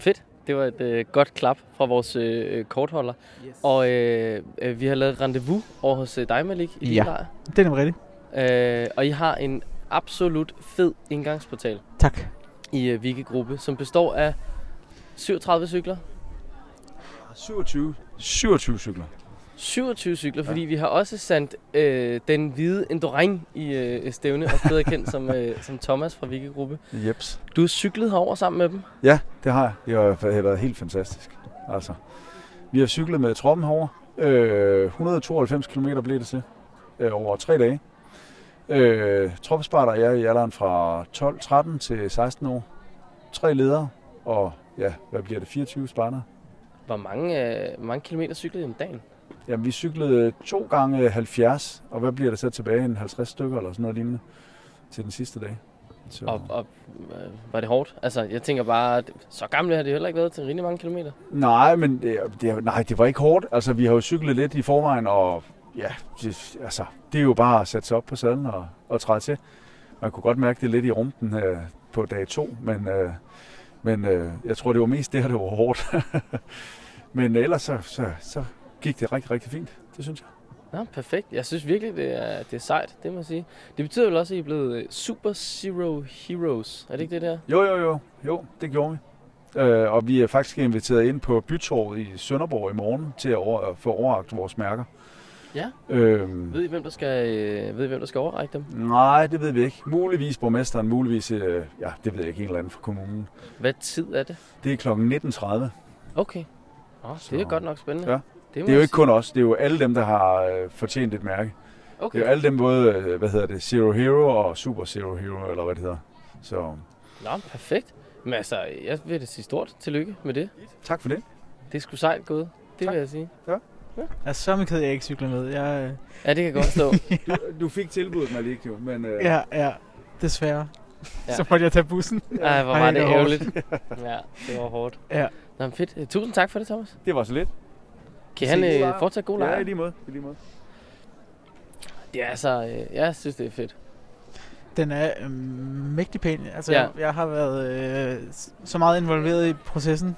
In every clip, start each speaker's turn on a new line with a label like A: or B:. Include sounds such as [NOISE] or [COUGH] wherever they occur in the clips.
A: Fedt. Det var et øh, godt klap fra vores øh, kortholder.
B: Yes.
A: Og øh, øh, vi har lavet rendezvous over hos øh, dig, Malik, i din
B: Ja.
A: lejr.
B: Det er nemlig rigtigt.
A: Øh, og I har en absolut fed indgangsportal
B: Tak.
A: i øh, Vigegruppe, som består af 37 cykler.
C: 27. 27 cykler.
A: 27 cykler, fordi vi har også sendt øh, den hvide Endurain i øh, stævne, også bedre kendt som, øh, som Thomas fra Vigegruppe.
C: Jeps.
A: Du har cyklet herover sammen med dem.
C: Ja, det har jeg. Det har, det har været helt fantastisk. Altså, vi har cyklet med troppen herover. Øh, 192 km blev det til øh, over tre dage. Øh, Troppesparter er i alderen fra 12, 13 til 16 år. Tre ledere og ja, hvad bliver det, 24 sparter.
A: Hvor mange, øh, hvor mange kilometer cyklede I om dagen?
C: Jamen, vi cyklede to gange 70, og hvad bliver der så tilbage? En 50 stykker eller sådan noget lignende til den sidste dag. Så.
A: Og, og øh, var det hårdt? Altså, jeg tænker bare, at så gamle har det heller ikke været til rigtig mange kilometer.
C: Nej, men det, er- det, er- nej, det var ikke hårdt. Altså, vi har jo cyklet lidt i forvejen, og ja, det, altså, det er jo bare at sætte sig op på sadlen og, og træde til. Man kunne godt mærke det lidt i rumpen øh, på dag to, men, øh, men øh, jeg tror, det var mest det her, det var hårdt. [LAUGHS] men ellers så, så, så gik det rigtig, rigtig fint, det synes jeg.
A: Ja, perfekt. Jeg synes virkelig, det er, det er sejt, det må jeg sige. Det betyder vel også, at I er blevet øh, Super Zero Heroes. Er det ikke det der?
C: Jo, jo, jo. Jo, det gjorde vi. Øh, og vi er faktisk inviteret ind på bytorvet i Sønderborg i morgen til at, over, at få overragt vores mærker.
A: Ja.
C: Øhm,
A: Ved I, hvem der skal, øh, ved I, hvem der skal overrække dem?
C: Nej, det ved vi ikke. Muligvis borgmesteren, muligvis, øh, ja, det ved jeg ikke, en eller anden fra kommunen.
A: Hvad tid er det?
C: Det er kl. 19.30.
A: Okay. Oh, det er
C: Så-
A: godt nok spændende.
C: Ja.
A: må
C: Det er jo
A: jeg
C: ikke kun os, det er jo alle dem, der har øh, fortjent et mærke.
A: sige.
C: Det er
A: Okay.
C: jo alle dem, både, øh, hvad hedder det, Zero Hero og Super Zero Hero, eller hvad det hedder. Så
A: Nå, perfekt. Men altså, jeg vil da sige stort tillykke med det.
C: tak for det.
A: Det er sgu sejt gået. Det
C: Tak.
A: vil jeg sige.
B: Jeg er så ked, af, at jeg ikke cykler med. Jeg, øh,
A: Ja, det kan jeg godt stå.
C: [LAUGHS] Du, du fik tilbuddet, Malik, jo, men... Øh,
B: ja, ja, desværre.
A: Ja.
B: Ja. Så måtte jeg tage bussen.
A: Ej, hvor
B: Ej,
A: var det
B: det var hårdt.
A: ærgerligt. ja, det var hårdt.
B: Ja.
A: Nå, men fedt. Øh, Tusind tak for det, Thomas.
C: Det var så lidt.
A: Kan
C: Se,
A: han
C: god
A: øh,
C: lejr.
A: fortsætte god lejr?
C: Ja, i lige måde. I lige måde.
A: Det er altså, øh, jeg synes, det er fedt.
B: Den er øh, mægtig pæn. Altså,
A: Ja.
B: ja. jeg, jeg har været øh, s- så meget involveret i processen.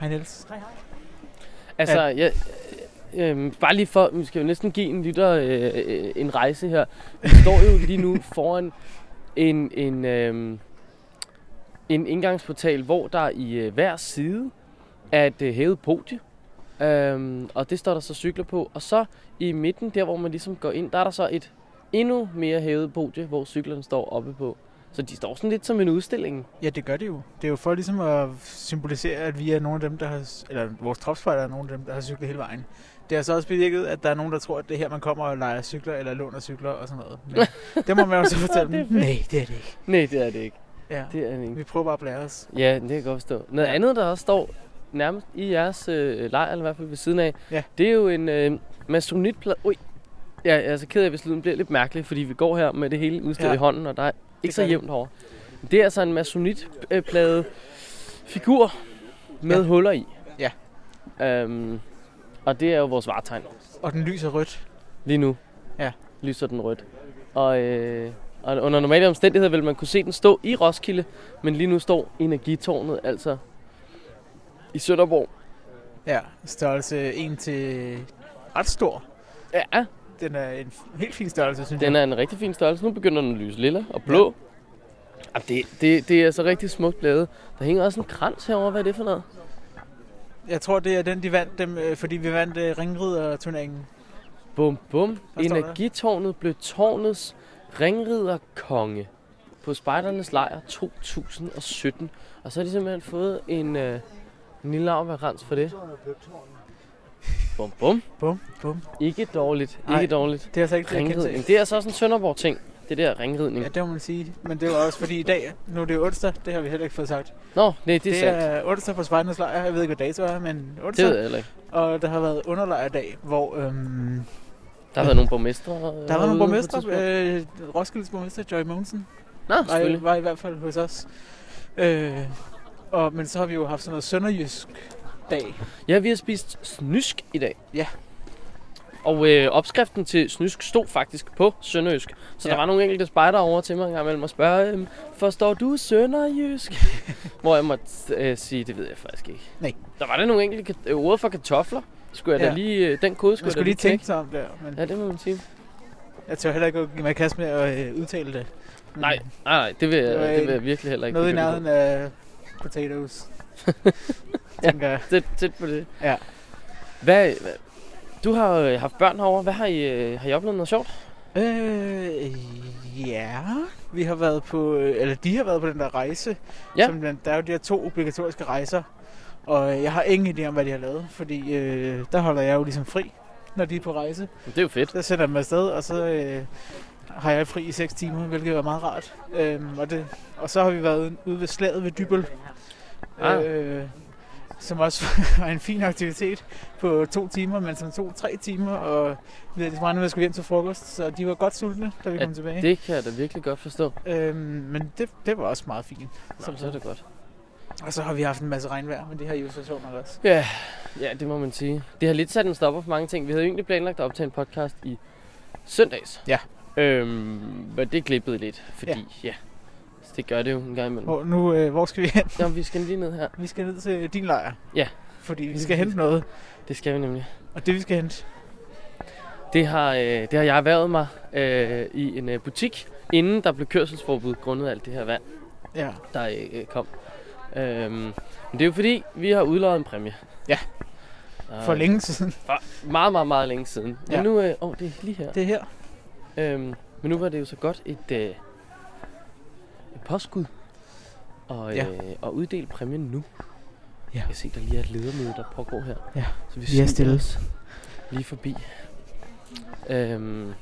B: Hej Niels. Hej, hej.
A: Altså, jeg, øh, øh, bare lige for, vi skal jo næsten give en lytter øh, øh, en rejse her. Vi står jo lige [LAUGHS] nu foran en, en, øh, en indgangsportal, hvor der i øh, hver side er et øh, hævet podie. Øhm, og det står der så cykler på. Og så i midten, der hvor man ligesom går ind, der er der så et endnu mere hævet podie, hvor cyklerne står oppe på. Så de står sådan lidt som en udstilling.
B: Ja, det gør det jo. Det er jo for ligesom at symbolisere, at vi er nogle af dem, der har... s- Eller vores tropspejder er nogle af dem, der har cyklet hele vejen. Det har så også bevirket, at der er nogen, der tror, at det er her, man kommer og leger cykler, eller låner cykler og sådan noget. Men det må man jo så fortælle
A: Det er
B: dem. Nej, det er det ikke.
A: Nej, det er det ikke.
B: Ja.
A: Det er det ikke.
B: Vi prøver bare at blære os.
A: Ja, det kan jeg godt forstå. Noget ja. andet, der også står nærmest i jeres øh, lejr, eller i hvert fald ved siden af,
B: Ja.
A: det er jo en øh, mastonitplade. Ui, ja, jeg er så ked af, hvis lyden bliver lidt mærkelig, fordi vi går her med det hele udstillet ja. i
B: Ja.
A: hånden, og der er ikke så
B: gør det.
A: jævnt over. Det er altså en mastonitplade figur med ja.
B: Ja.
A: huller i.
B: Ja.
A: Øhm, og det er jo vores varetegn
B: Og den lyser rødt.
A: lige nu.
B: Ja.
A: Lyser den rødt. Og, øh, og under normale omstændigheder vil man kunne se den stå i Roskilde, men lige nu står energitårnet altså i Sønderborg.
B: Ja, størrelse 1 til ret stor.
A: Ja,
B: Den er en f- helt fin størrelse, synes
A: den
B: jeg.
A: er en rigtig fin størrelse. Nu begynder den at lyse lilla og blå. Ja. Det, det, det er altså rigtig smukt lavet. Der hænger også en krans herover. Hvad er det for noget?
B: Jeg tror, det er den, de vandt dem, øh, fordi vi vandt øh, ringriderturneringen.
A: Bum, bum.
B: Hvad står der?
A: Energitårnet blev tårnets ringriderkonge på Spejdernes Lejr 2017. Og så har de simpelthen fået en øh, en lille armbærrens for det. Bum, bum.
B: Bum, bum.
A: Ikke dårligt. Ikke
B: Ej,
A: dårligt.
B: Det er altså ikke det, jeg kendte.
A: Ringridning. Det er altså også en Sønderborg-ting, det der ringridning.
B: Ja, det må man sige. Men det var også fordi i dag, nu er det jo onsdag, det har vi heller ikke fået sagt.
A: Nå, nej, det er
B: Det
A: sandt.
B: er onsdag på Spejdernes Lejr. Jeg ved ikke, hvad dato er, men
A: Det
B: onsdag.
A: ved jeg heller ikke.
B: Og der har været underlejrdag, hvor øhm,
A: Der har været nogle borgmestre. øh,
B: der var
A: ude
B: nogle
A: på et
B: borgmestre.
A: tidspunkt.
B: Øh, Roskildes borgmester, Joy Mogensen,
A: Nå,
B: var,
A: selvfølgelig.
B: var i hvert fald hos os. Øh, og, men så har vi jo haft sådan noget sønderjysk dag.
A: Ja, vi har spist snysk i dag.
B: Ja.
A: Og øh, opskriften til snysk stod faktisk på sønderjysk. Så ja.
B: Ja.
A: der var nogle enkelte spejder over til mig en gang imellem og spørge, øhm, forstår du
B: [LAUGHS]
A: sønderjysk? Hvor jeg måtte øh, sige, det ved jeg faktisk ikke.
B: Nej.
A: Der var der nogle enkelte kat- øh, ord for kartofler. Skulle jeg ja. da
B: Ja.
A: lige, øh, den kode skulle jeg
B: Man
A: da
B: skulle lige
A: knække.
B: tænke Mm. sig om det, men
A: Ja, det må man sige.
B: jeg tør heller ikke at give mig i kast med at øh, udtale det. Men
A: Nej, nej, nej det, vil
B: Det var
A: jeg, det vil
B: en-
A: jeg virkelig heller ikke.
B: Noget i
A: begynde på.
B: nærheden af
A: [LAUGHS]
B: potatoes. Tænker jeg.
A: tæt, tæt på det.
B: Ja.
A: Hvad, hvad, du har jo haft børn herovre. Hvad har I, øh, har I oplevet noget sjovt?
B: Øh, ja. Vi har været på, øh, eller de har været på den der rejse.
A: Ja.
B: Som blandt, der er jo de her to obligatoriske rejser. Og øh, jeg har ingen idé om, hvad de har lavet, fordi øh, der holder jeg jo ligesom fri, når de er på rejse.
A: Det er jo fedt.
B: Så sender jeg dem afsted, og så øh, har jeg fri i 6 timer, hvilket er meget rart. Øhm, og, det, og så har vi været ude ved slaget ved Dybøl.
A: Ah.
B: Øh, som også [LAUGHS] var en fin aktivitet på to timer, men som tog tre timer, og vi havde ligesom regnet med at skulle hjem til frokost, så de var godt sultne, da vi
A: Ja,
B: kom tilbage.
A: Det kan jeg da virkelig godt forstå.
B: Øhm, men det, det var også meget fint.
A: Nå, så er det godt.
B: Og så har vi haft en masse regnvejr, men det har I jo så sjovt nok også.
A: Ja, ja, det må man sige. Det har lidt sat en stopper for mange ting. Vi havde jo egentlig planlagt at optage en podcast i søndags.
B: Ja.
A: Øhm, men det glippede lidt, fordi ja. ja, det gør det jo en gang imellem.
B: Hvor, nu, øh, hvor skal vi hen?
A: Nå, vi skal lige ned her.
B: Vi skal ned til din lejr.
A: Ja.
B: Fordi vi skal hente noget,
A: Det skal vi nemlig.
B: og det vi skal hente,
A: Det har, øh, det har jeg erhvervet mig øh, i en øh, butik, inden der blev kørselsforbud grundet af alt det her vand.
B: ja,
A: der øh, kom. Øhm, men det er jo fordi, vi har udløjet en præmie.
B: Ja. for
A: Øh,
B: længe siden.
A: For meget, meget, meget længe siden. Men
B: Ja.
A: nu, øh, åh, det er lige her.
B: Det her.
A: Øhm, men nu var det jo så godt et, øh, et påskud og,
B: Ja.
A: øh, og uddele præmien nu.
B: Ja.
A: Jeg kan se, der lige er et ledermøde, der pågår her.
B: Ja.
A: Så vi
B: Vi er
A: sniger
B: stille.
A: os Lige forbi. Øhm,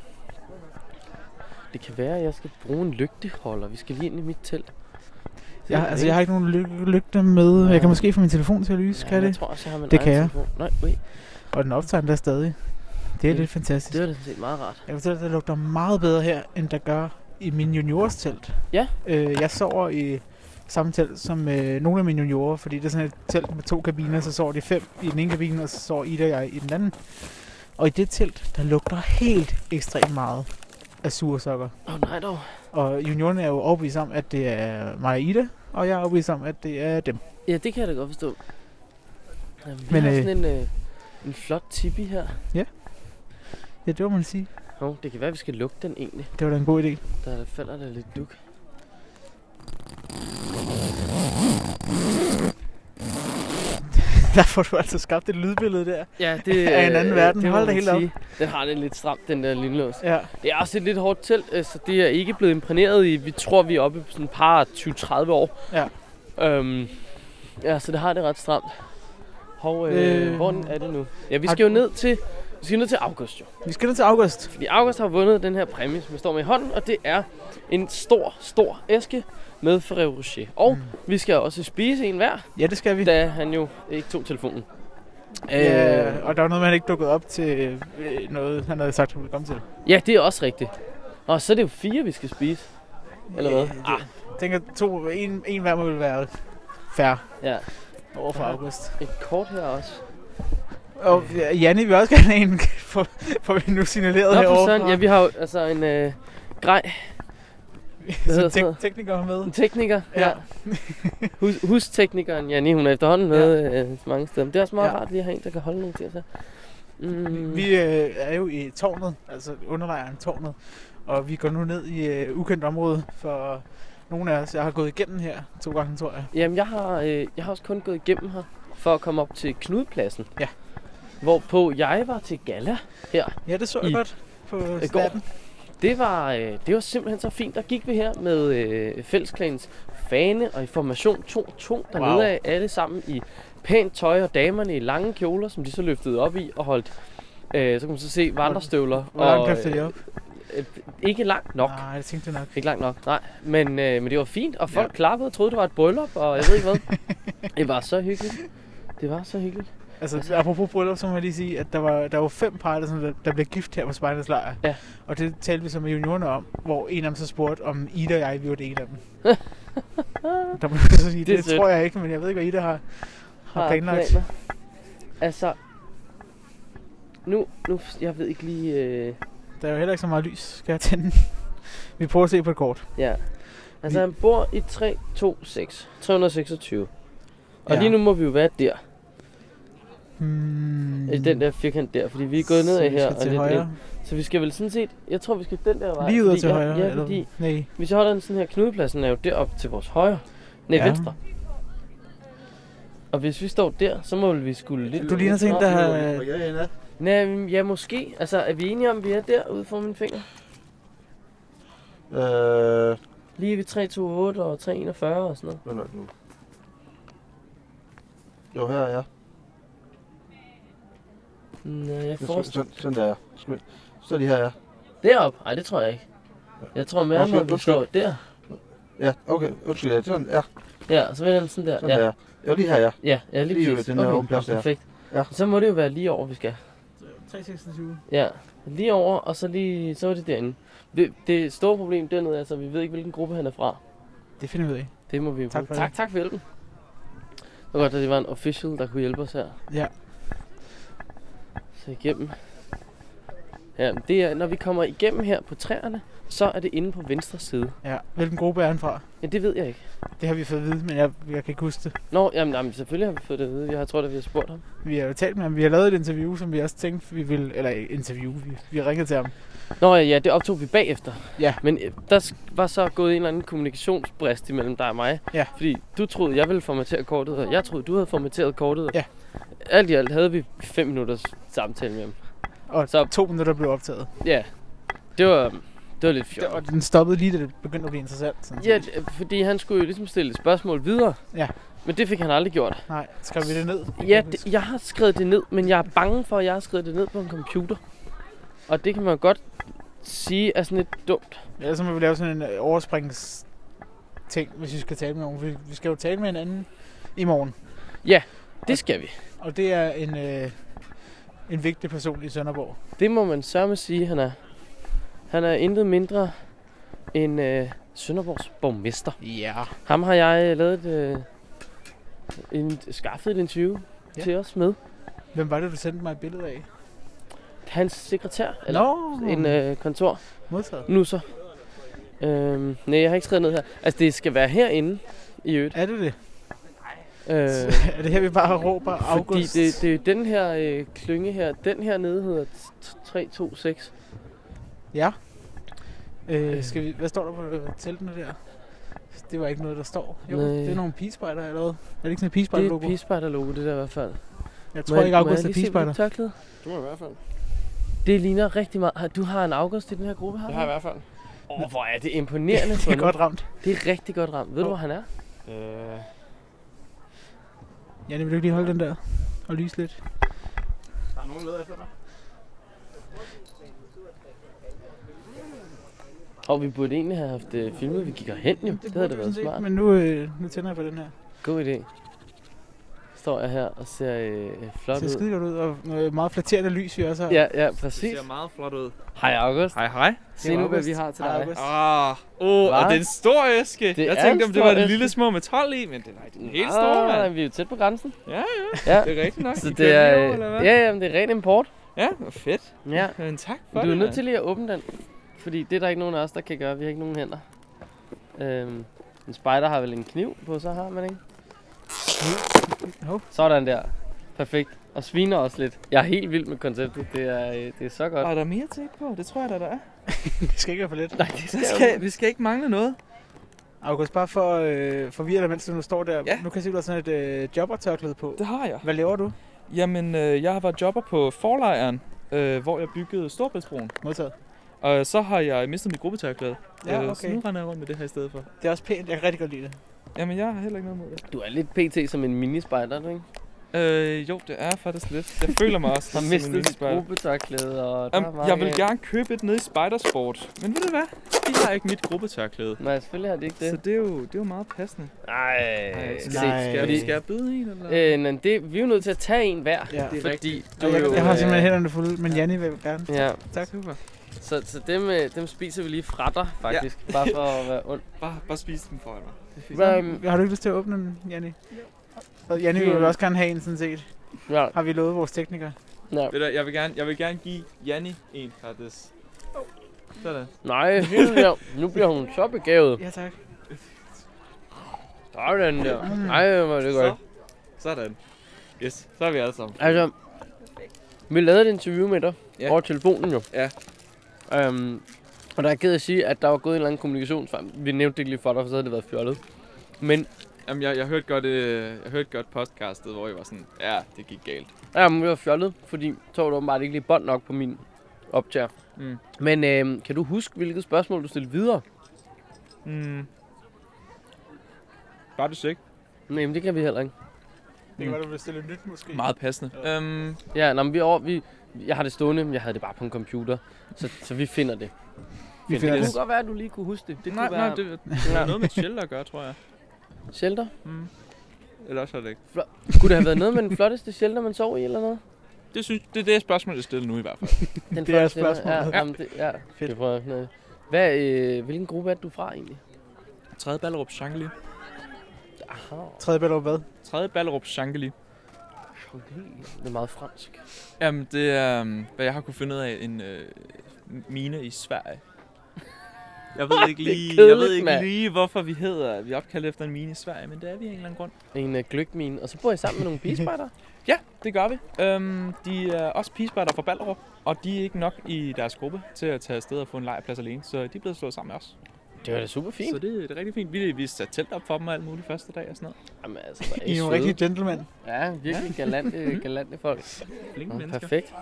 A: det kan være, at jeg skal bruge en lygteholder. Vi skal lige ind i mit telt.
B: Jeg, altså, jeg har ikke nogen lyg- lygter med. Jeg kan måske få min telefon til at lyse,
A: Ja,
B: kan
A: Jeg
B: det?
A: tror også, jeg har min
B: Det
A: egen
B: kan jeg.
A: telefon. Nej, wait.
B: Og den optager den der stadig. Det er
A: Det-
B: lidt fantastisk.
A: Det var da sådan set meget rart.
B: Jeg kan fortælle, at det lugter meget bedre her, end der gør i min juniors telt.
A: Ja.
B: Øh, jeg sover i samme telt som øh, nogle af mine juniorer, fordi det er sådan et telt med to kabiner, så sover de fem i den ene kabine, og så sover Ida og jeg i den anden. Og i det telt, der lugter helt ekstremt meget af sursokker.
A: Åh oh, nej dog.
B: Og juniorerne er jo overbevist om, at det er mig og Ida, og jeg er overbevist om, at det er dem.
A: Ja, det kan jeg da godt forstå. Ja, vi Men,
B: Men,
A: har
B: øh,
A: sådan en, øh, en flot tipi her.
B: Ja, det må man sige.
A: Nå, det kan være, vi skal lukke den egentlig.
B: Det var da en god idé. [LAUGHS]
A: Der falder der lidt duk.
B: Der får du altså skabt et lydbillede der.
A: Ja, [LAUGHS] det
B: Af en anden verden.
A: må
B: Hold da
A: man
B: helt op.
A: sige. Den har det lidt stramt, den der lynlås.
B: Ja.
A: Det er også et lidt hårdt telt, øh, så det er ikke blevet imprægneret i. Vi tror, vi er oppe på sådan et par 20-30 år.
B: Ja.
A: Øhm, ja, så det har det ret stramt. Hov, øh,
B: Øh,
A: øh, hvor er det nu? Ja, vi
B: har
A: skal jo
B: du-
A: ned til, vi skal ned til august jo.
B: Vi skal ned til august.
A: Fordi August har vundet den her præmie, som jeg står med i hånden, og det er en stor, stor æske med Ferrero Rocher. Og mm. vi skal også spise en hver,
B: Ja, det skal vi.
A: da han jo ikke tog telefonen.
B: Ja,
A: Øh,
B: og der var noget, man ikke dukkede op til øh, noget, han havde sagt, han ville komme til.
A: ja, det er også rigtigt. Og så er det jo fire, vi skal spise. Eller hvad?
B: Øh,
A: Ah.
B: Jeg tænker, to, en, en hver må vel være fair
A: Ja,
B: over for
A: Ja.
B: august.
A: et kort her også.
B: Og ja, Janne vil også gerne have en, [LAUGHS] for, for vi nu
A: Nå,
B: signaleret
A: for
B: herovre.
A: sådan,
B: fra.
A: ja, vi har jo altså en øh,
B: [LAUGHS]
A: grej, hedder
B: så
A: sådan noget?
B: tek- tekniker med.
A: en tekniker.
B: Ja.
A: Ja. Hus, husteknikeren, Janni, hun er efterhånden med øh, mange steder. Men det er også meget
B: Ja.
A: rart lige at have en, der kan holde nogle til os her. Mm.
B: Vi øh, er jo i tårnet, altså underlejren tårnet, og vi går nu ned i øh, ukendt område for nogle af os. Jeg har gået igennem her to gange, tror jeg.
A: Jamen, jeg har, øh, jeg har også kun gået igennem her for at komme op til Knudpladsen.
B: Ja.
A: Hvorpå jeg var til gala her.
B: Ja, det så jeg
A: I-
B: godt på
A: går.
B: staten.
A: Det var, øh, det var simpelthen så fint. Der gik vi her med øh, fællesklanens fane og i formation 2-2 dernede
B: Wow.
A: af. Alle sammen i pænt tøj og damerne i lange kjoler, som de så løftede op i og holdt. Øh, så kan man så se vandrestøvler.
B: Hvor langt
A: og,
B: løfter de op?
A: Øh, ikke langt nok.
B: Nej, det tænkte jeg nok.
A: Ikke langt nok, nej. Men, øh, men det var fint, og folk
B: Ja.
A: ja. klappede og troede, det var et bryllup, og jeg ved ikke hvad.
B: [LAUGHS]
A: det var så hyggeligt. Det var så hyggeligt.
B: Altså, apropos bryllup, så må jeg lige sige, at der var, der var fem par, der, sådan- der, der blev gift her på Spejdernes Lejr.
A: Ja.
B: Og det talte vi så med juniorerne om, hvor en af dem så spurgte, om Ida og jeg, vi var det ene af
A: [LAUGHS]
B: dem. der må jeg så sige,
A: Det er
B: det, det
A: sødt.
B: tror jeg ikke, men jeg ved ikke, hvad Ida har, har planlagt.
A: planer. Altså, Nu, nu, jeg ved ikke lige... Øh,
B: Der er jo heller ikke så meget lys, skal jeg tænde. Vi prøver at se på et kort.
A: ja. Altså,
B: Vi-
A: han bor i 3, 2, 6. 326. Og
B: Ja.
A: lige nu må vi jo være der.
B: Hmm.
A: I Øh, den der firkant der, fordi vi er gået
B: Så
A: nedad
B: vi
A: her.
B: skal
A: og
B: til
A: lidt
B: højre.
A: ind. Så vi skal vel sådan set... Jeg tror, vi skal den der vej.
B: Lige ud og
A: fordi
B: til
A: jeg-
B: højre.
A: Ja,
B: eller-
A: fordi
B: Nej.
A: hvis jeg holder den sådan her, knudepladsen er jo deroppe til vores højre. Nej,
B: Ja.
A: ja. venstre. Og hvis vi står der, så må vi skulle lidt...
B: Du ligner
A: lidt
B: sådan en,
A: frem.
B: der har...
A: Nej, men ja, måske. Altså, er vi enige om, at vi er der ude for min finger?
D: Øh,
A: Lige ved 328 og 341 og sådan noget.
D: hvad er det nu? Jo, her er jeg.
A: Nej, jeg
D: Det er sådan-
A: forestiller
D: Sådan, sådan der er jeg. Skal vi- Så er de her, ja.
A: Deroppe? Nej, det tror jeg ikke. Jeg tror mere,
D: Undskyld,
A: at vi
D: undskyld.
A: står der.
D: Ja, okay. Undskyld, ja. Sådan, ja.
A: Ja, så vender den sådan der.
D: Sådan
A: ja.
D: der. Ja, lige her, ja.
A: Ja, ja, lige,
D: Lige ved
A: præcis.
D: den her åbne plads der.
A: perfekt.
D: Ja.
A: Så må det jo være lige over, vi skal.
B: øh, 326.
A: Ja, lige over, og så lige, så er det derinde. Det, det store problem dernede er, altså, at vi ved ikke, hvilken gruppe han er fra.
B: Det finder vi ud af.
A: Det må vi jo
B: Tak
A: prøve.
B: for
A: tak,
B: det.
A: tak for hjælpen. Det var godt, at det var en official, der kunne hjælpe os her.
B: Ja.
A: Så igennem. Ja, men det er, når vi kommer igennem her på træerne, så er det inde på venstre side.
B: Ja. Hvilken gruppe er han fra?
A: Ja, det ved jeg ikke.
B: Det har vi fået at vide, men jeg, jeg kan ikke huske det.
A: Nå, jamen, jamen selvfølgelig har vi fået det at vide. Jeg tror, at vi har spurgt ham.
B: Vi har jo talt med ham. Vi har lavet et interview, som vi også tænkte, vi ville... Eller interview. Vi, vi har ringet til ham.
A: Nå ja, ja, det optog vi bagefter.
B: Ja.
A: Men øh, der sk- var så gået en eller anden kommunikationsbrist imellem dig og mig.
B: Ja.
A: Fordi du troede, jeg ville formatere kortet, og jeg troede, du havde formateret kortet.
B: Ja.
A: Alt i alt havde vi fem minutters samtale med ham.
B: Og
A: Så-
B: så... to minutter blev optaget.
A: Ja. Det var, det var lidt
B: Det,
A: fjort.
B: og den stoppede lige, da det begyndte at blive interessant. Sådan
A: Ja,
B: set.
A: d- fordi han skulle jo ligesom stille et spørgsmål videre.
B: Ja.
A: Men det fik han aldrig gjort.
B: Nej, skrev vi det ned? Det kan
A: Ja,
B: jeg huske.
A: det, jeg har skrevet det ned, men jeg er bange for, at jeg har skrevet det ned på en computer. Og det kan man godt sige er sådan lidt dumt.
B: Ellers så må vi lave sådan en øh, oversprings ting, hvis vi skal tale med nogen. Vi, vi skal jo tale med hinanden i morgen.
A: Det skal vi.
B: Og det er en, øh, en vigtig person i Sønderborg.
A: Det må man sørme sige, han er. Han er intet mindre end øh, Sønderborgs borgmester.
B: Ja.
A: Ham har jeg øh, lavet et, øh, en, skaffet et interview ja.
B: Ja.
A: til os med.
B: Hvem var det, du sendte mig et billede af?
A: Hans sekretær, eller
B: Nå,
A: en øh, kontor,
B: modtaget.
A: nu så. Øhm, nej, jeg har ikke skrevet ned her. Altså, det skal være herinde i øvrigt.
B: Er det det?
A: [LAUGHS]
B: [LAUGHS]
A: Øh,
B: er det her, vi bare råber
A: Fordi
B: august?
A: det, det er den her øh, klynge her, den her nede hedder t- 326.
B: Ja. Øh, skal vi, hvad står der på øh, teltene der? Det var ikke noget, der står. Jo,
A: Nej.
B: det er nogle pigespejder allerede. Er det ikke sådan
A: Det er
B: et pigespejder
A: et
B: logo?
A: pigespejderlogo, det der i hvert fald.
B: Jeg
A: Må
B: tror
A: jeg-
B: ikke,
A: må jeg
B: August er
A: lige se på dit
B: pigespejder.
A: tørklæde?
D: Det må jeg i hvert fald.
A: Det ligner rigtig meget. Har- Du har en August i den her gruppe, har du?
D: i hvert fald.
A: Åh, oh, hvor er det imponerende.
B: Det er
A: fundet.
B: godt ramt.
A: det er rigtig godt ramt. Ved du, hvor
B: Hvor-
A: han er?
D: Øh,
B: Janne, vil du ikke lige holde den der? Og lyse lidt.
D: der er nogen leder efter dig.
A: Og vi burde egentlig have haft øh, filmet, vi gik hen jo. Det havde da været smart.
B: Men nu, øh, nu tænder jeg på den her.
A: God idé. Står jeg her og ser øh, flot
B: Det ser
A: ud.
B: skide godt ud, og noget meget flatterende lys, vi også har.
A: Ja, ja, præcis.
E: Det ser meget flot ud.
A: Hej August.
E: Hej, hej.
A: Se nu, hvad vi har til
B: Hej,
A: dig.
B: August.
E: Ah, oh,
A: Hva?
E: og den store æske.
A: Det
E: Det jeg
A: er
E: tænkte,
A: en
E: om det
A: stor
E: var den
A: æske.
E: lille små med 12 i, men den er den helt store,
A: Nej,
E: mand.
A: vi er jo tæt på grænsen.
E: Ja, ja,
A: Ja.
E: det er rigtigt nok.
A: Så
E: I
A: det
E: kørte
A: er, øh,
E: lige over, eller hvad?
A: ja, ja, men det er ren import.
E: Ja, hvor fedt.
A: Ja.
E: Men tak for
A: Du
E: det,
A: er nødt
E: mand.
A: til lige at åbne den, fordi det er der ikke nogen af os, der kan gøre. Vi har ikke nogen hænder. Øhm, en spider har vel en kniv på, så har man ikke?
B: Hov.
A: Sådan der. Perfekt. Og sviner også lidt. Jeg er helt vild med konceptet. Det er, øh, det er så godt.
E: Og er der mere tape på? Det tror jeg, da, der er.
B: Det skal ikke være for lidt.
A: Nej, det
E: Så
A: skal,
E: skal, vi skal ikke mangle noget.
B: August, bare for at øh, forvirre dig, mens du nu står der.
E: Ja.
B: Nu kan jeg se, du har sådan et øh, jobbertørklæde på.
E: Det har jeg.
B: Hvad laver du?
E: Jamen, øh, jeg var jobber på forlejren, øh, hvor jeg byggede Storbæltsbroen.
B: Modtaget.
E: Og så har jeg mistet mit gruppetørklæde.
B: Ja,
E: Øh, Så
B: okay.
E: nu render jeg rundt med det her i stedet for.
B: Det er også pænt. Jeg kan rigtig godt lide det.
E: Jamen, jeg har heller ikke noget mod det.
A: Du er lidt pt. som en minispejder, du ikke?
E: Øh, jo, det er faktisk lidt. Jeg føler mig også
A: Har
E: som en
A: mistet dit
E: minispejder.
A: gruppetørklæde, og der er
E: Um,
A: meget
E: jeg vil
A: galt.
E: gerne købe et nede i Spidersport, men ved du hvad? De har ikke mit gruppetørklæde.
A: Nej, selvfølgelig har det ikke det.
E: Så det er jo, det er jo meget passende.
A: Ej,
E: så
A: se,
E: skal,
B: nej.
E: skal,
A: fordi-
E: jeg, skal jeg byde en, eller?
A: Øh, nej, det, vi er jo nødt til at tage en hver.
B: Ja.
E: Det er
A: fordi du
B: Jeg,
A: jo...
B: jeg har
A: øh,
B: simpelthen hænderne fulde, men Janni vil gerne.
A: Ja,
E: tak. Super.
A: så, så dem, øh, dem spiser vi lige fra dig, faktisk.
E: [LAUGHS]
A: Ja. Bare for at være ond.
E: Bare, bare spis den foran mig. Det er fint.
A: Øhm,
B: Har du ikke lyst til at åbne den, Janni? Og Janni
A: Det-
B: vil også gerne have en, sådan set.
A: ja.
B: Har vi lovet vores teknikere?
A: Ja.
E: Ved du, jeg vil gerne, jeg vil gerne give Janni en gratis. Sådan.
A: Nej, hende der. Nu bliver hun så begavet.
B: Ja, tak.
A: Sådan der. Nej, hvor er det godt.
E: Så. Sådan. Yes, så er vi alle sammen.
A: Altså, vi lavede et interview med dig
E: Ja.
A: ja. over telefonen jo.
E: Ja.
A: Øhm, og der er ked at sige, at der var gået en eller anden kommunikationsfejl. Vi nævnte det ikke lige for dig, for så havde det været fjollet. Men,
E: Jamen, jeg, jeg hørte godt, øh, jeg hørte godt podcastet, hvor I var sådan, ja, det gik galt.
A: ja, men vi var fjollet, fordi så var der åbenbart ikke lige bånd nok på min optager.
E: Mm.
A: Men øhm, kan du huske, hvilket spørgsmål du stillede videre?
E: Mm. Var du sikker?
A: Nej, men det kan vi heller ikke.
B: Det kan være, du vil stille nyt måske.
E: Meget passende.
B: Ja.
E: Øhm,
A: Ja, nå, men vi er over, vi, jeg har det stående, men jeg havde det bare på en computer. Så, så vi finder det.
B: Vi
A: Det
B: finder
A: kunne
B: det.
A: godt være, at du lige kunne huske det. Det
E: nej,
A: kunne
E: nej,
A: være...
E: det, det har noget med Shell at gøre, tror jeg.
A: Shelter?
E: Mm. Eller også har det ikke.
A: Kunne det have været noget med den flotteste shelter, man sov i eller noget?
E: Det, synes, det er det spørgsmål, jeg stiller nu i hvert fald.
A: Den
B: Det er
A: første ende.
B: spørgsmålet.
A: Ja, jamen, det, ja.
B: Fedt.
A: Fedt. Det prøver jeg. Nå. Hvad, øh, hvilken gruppe er du fra egentlig?
E: [LAUGHS] Tredje Ballerup Shankeli.
A: Aha,
B: Tredje billede hvad?
E: Tredje Ballerup Shankeli.
A: okay. Det er meget fransk.
E: Jamen, det er, øhm, hvad jeg har kunne finde ud af, en øh, mine i Sverige. [LAUGHS] Jeg ved ikke
A: Det er
E: lige, jeg ved
A: kedeligt,
E: ikke
A: mand.
E: lige hvorfor vi hedder, vi er opkaldt efter en mine i Sverige, men det er vi af en eller anden grund.
A: En øh, gløgmine. Og så bor jeg sammen med nogle biespejder.
E: Ja, det gør vi. Øhm, de er også pigespejder fra Ballerup, og de er ikke nok i deres gruppe til at tage afsted og få en lejrplads alene, så de er blevet slået sammen med os.
A: [LAUGHS] Det var da super
E: Så
A: fint.
E: det, det er rigtig fint. Vi, vi satte telt op for dem og alt muligt første dag og sådan noget.
A: Jamen altså, hvor er
B: I er
A: søde.
B: nogle rigtige gentlemen.
A: Ja, virkelig [LAUGHS] galante, galante folk.
E: Flinke
A: Nå,
E: mennesker.
A: perfekt.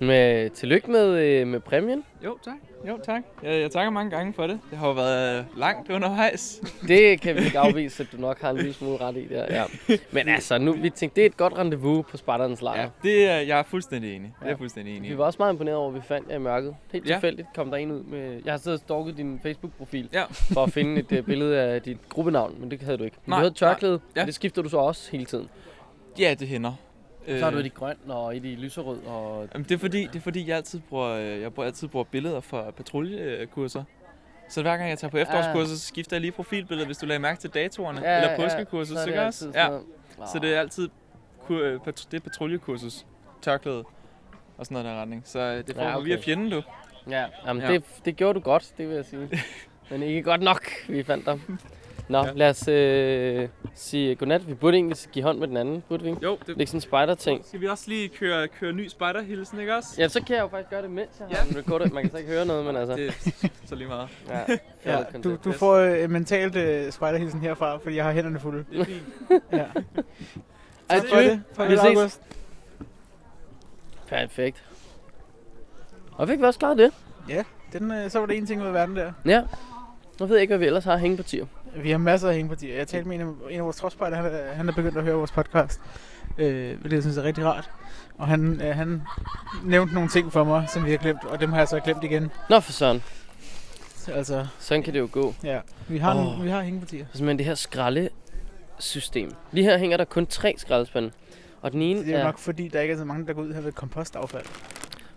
A: Med, tillykke med, øh, med præmien.
E: Jo, tak. Jo, tak. Jeg, jeg takker mange gange for det. Det har jo været øh, langt undervejs.
A: Det kan vi ikke afvise, at du nok har en lille smule ret i der. Ja. Men altså, nu, vi tænkte, det er et godt rendezvous på Spartans lejr.
E: Ja, det er, jeg er fuldstændig enig. Jeg er
A: Ja.
E: fuldstændig enig. i.
A: Vi var også meget imponeret over, at vi fandt jer i mørket. Helt
E: Ja.
A: ja. tilfældigt kom der en ud med... Jeg har siddet og stalket din Facebook-profil
E: Ja.
A: for at finde et uh, billede af dit gruppenavn, men det havde du ikke. Men
E: Nej,
A: du havde et tørklæde,
E: Ja.
A: ja. det skifter du så også hele tiden.
E: Ja, det hænder. Øh,
A: Så har du et i grøn og et i lyserød og...
E: Jamen, det er fordi, det er fordi jeg altid bruger, øh, jeg bruger, altid bruger billeder fra patruljekurser. Så hver gang jeg tager på efterårskurser, så skifter jeg lige profilbilledet, hvis du lagde mærke til datorerne.
A: Ja,
E: eller
A: ja,
E: påskekurset, så, det også. Ja. Så det er altid ku- øh, patru- det er patruljekursus, tørklæde og sådan noget der retning. Så øh, det får
A: Ja,
E: ja, okay.
A: okay.
E: vi af fjenden, du.
A: Ja, jamen
E: Ja.
A: ja. Det, det gjorde du godt, det vil jeg
B: [LAUGHS]
A: sige. men ikke godt nok, vi fandt dig. Nå,
E: Ja.
A: ja. lad os øh, sige godnat. Vi burde egentlig give hånd med den anden, burde vi ikke?
E: Jo,
A: Det er ikke sådan en spider-ting.
E: Skal vi også lige køre, køre ny spejderhilsen, ikke også?
A: Ja, så kan jeg jo faktisk gøre det, mens jeg har
E: Ja.
A: ja. en recorder. Man kan så ikke høre noget, men altså...
E: Det er så lige meget.
A: Ja,
B: Ja,
A: fjollet
B: du,
A: koncept.
B: du får øh, mentalt øh, spejderhilsen herfra, fordi jeg har hænderne fulde.
E: Det er fint.
B: Ja. [LAUGHS] Tak for
A: Adieu.
B: det.
A: Vi
B: Farvel,
A: ses.
B: August.
A: Perfekt. Og fik vi også klaret det?
B: Den, øh, så var det en ting ud af verden der.
A: Ja. Nu ved jeg ikke, hvad vi ellers har hængepartier.
B: Vi har masser af hængepartier. Jeg talte med en af, en af vores tropspejder, han, er- han er begyndt at høre vores podcast. Øh, hvilket jeg synes er rigtig rart. Og han, øh, han nævnte nogle ting for mig, som vi har glemt, og dem har jeg så glemt igen.
A: Nå for sådan.
B: Så, altså,
A: Sådan kan det jo gå.
B: ja. Vi har, oh.
A: Åh.
B: vi har hængepartier.
A: Altså, men det her skraldesystem. Lige her hænger der kun tre skraldespande. Og den ene
B: Det er
A: er
B: jo nok fordi, der ikke er så mange, der går ud her ved kompostaffald.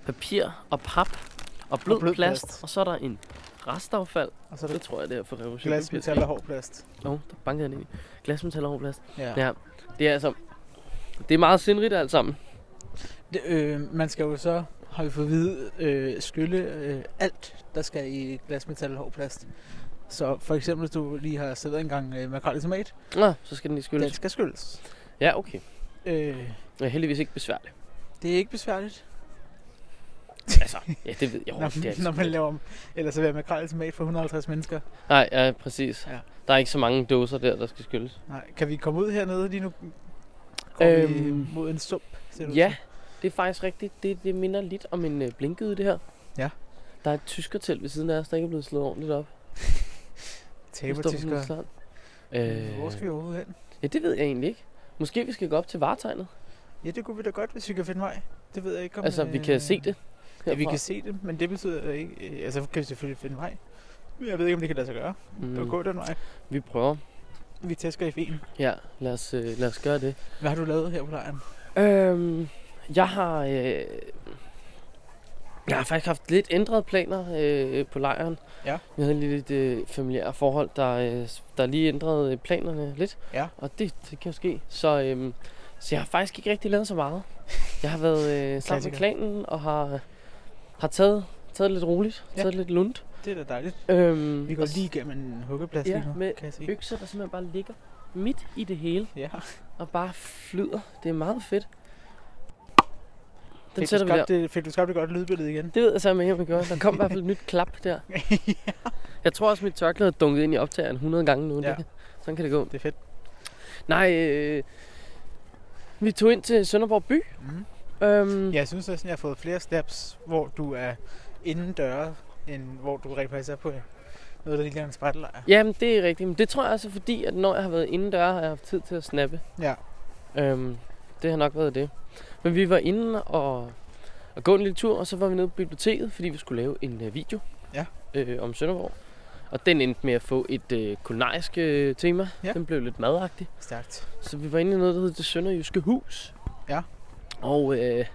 A: papir og pap og blød, og
B: blød
A: blød
B: plast.
A: plast. Og så er der en restaffald.
B: Og så er
A: Det
B: der
A: tror jeg, det er for revolution.
B: glas, metal og hård plast.
A: Åh, oh, der bankede jeg den ind i. Glas, metal og hård plast.
B: Ja.
A: Ja. Det er altså... Det er meget sindrigt alt sammen.
B: Det, øh, man skal jo så, har vi fået at vide, øh, skylle øh, alt, der skal i glas, metal og hård plast. Så for eksempel, hvis du lige har siddet en gang øh, makrel i tomat,
A: Nå, så skal den lige
B: den
A: skyldes.
B: skal skylles.
A: Ja, okay.
B: Øh,
A: Jeg er heldigvis ikke besværlig.
B: det er ikke besværligt, [LAUGHS]
A: Altså, ja, det ved jeg jo. det er
B: når,
A: altså-
B: når man laver om. Eller så vil jeg makrel i tomat for 150 mennesker.
A: Nej, ja, præcis.
B: Ja.
A: Ja. Der er ikke så mange dåser der, der skal skyldes.
B: Nej, kan vi komme ud hernede lige nu? Går øhm, vi
A: Øhm,
B: mod en sump? ser det ud
A: Ja,
B: til.
A: det er faktisk rigtigt. Det, det minder lidt om en øh, blinkede, det her.
B: Ja.
A: Der er et tyskertelt ved siden af os, der ikke er blevet slået ordentligt op. Det står på sådan en
B: Tabertyskere.
A: slant. Øh,
B: Hvor skal vi overhovedet hen?
A: ja, det ved jeg egentlig ikke. Måske vi skal gå op til varetegnet.
B: Ja, det kunne vi da godt, hvis vi kan finde vej. Det ved jeg ikke om...
A: altså, vi kan se det.
B: øh, Ja, vi
A: herfra.
B: kan se det, men det betyder ikke... øh, Altså, kan vi selvfølgelig finde vej. Men Jeg ved ikke, om det kan lade sig gøre. Mm. At
A: Mm,
B: gå den vej.
A: vi prøver.
B: Vi tæsker i fen.
A: Ja, lad os, øh, lad os gøre det.
B: Hvad har du lavet her på lejren?
A: Øhm, jeg har... Øh, jeg har faktisk haft lidt ændrede planer øh, på lejren.
B: Ja.
A: Vi havde lige lidt øh, familiære forhold, der, øh, der lige ændrede øh, planerne lidt.
B: Ja.
A: Og det, det kan jo ske. Så, øh, Så jeg har faktisk ikke rigtig lavet så meget. Jeg har været øh, sammen med
B: Klassiker.
A: klanen og har, har taget, taget det lidt roligt,
B: Ja.
A: ja. taget det lidt lundt.
B: Det er da dejligt.
A: Øhm,
B: Vi
A: og
B: går lige igennem en huggeplads
A: Ja,
B: lige nu,
A: med
B: kan jeg se.
A: økser, der simpelthen bare ligger midt i det hele
B: Ja.
A: og bare flyder. Det er meget fedt. Den
B: Fik du,
A: sætter vi der.
B: skabt det, fik du skabt et godt lydbillede igen?
A: Det ved jeg så med, om vi gør. Der kom i hvert fald et nyt klap
B: [LAUGHS]
A: der. Jeg tror også, mit tørklæde er dunket ind i optageren 100 gange nu.
B: Ja.
A: Ja. Det, sådan kan det gå.
B: Det er fedt.
A: Nej, øh, vi tog ind til Sønderborg by.
B: Mm.
A: Øhm,
B: Jeg synes også, at jeg har fået flere snaps, hvor du er inden døre, end hvor du rent faktisk er på noget, der ligner en sprættelejr.
A: Jamen, det er rigtigt. Men det tror jeg også er fordi, at når jeg har været indendør, har jeg haft tid til at snappe.
B: Ja.
A: Øhm, det har nok været det. Men vi var inde og, og gå en lille tur, og så var vi nede på biblioteket, fordi vi skulle lave en øh, video
B: Ja.
A: øh, om Sønderborg. Og den endte med at få et øh, kulinarisk øh, tema.
B: Ja.
A: Den blev lidt madagtig.
B: Stærkt.
A: Så vi var inde i noget, der hed Det Sønderjyske Hus.
B: Ja.
A: Og øh,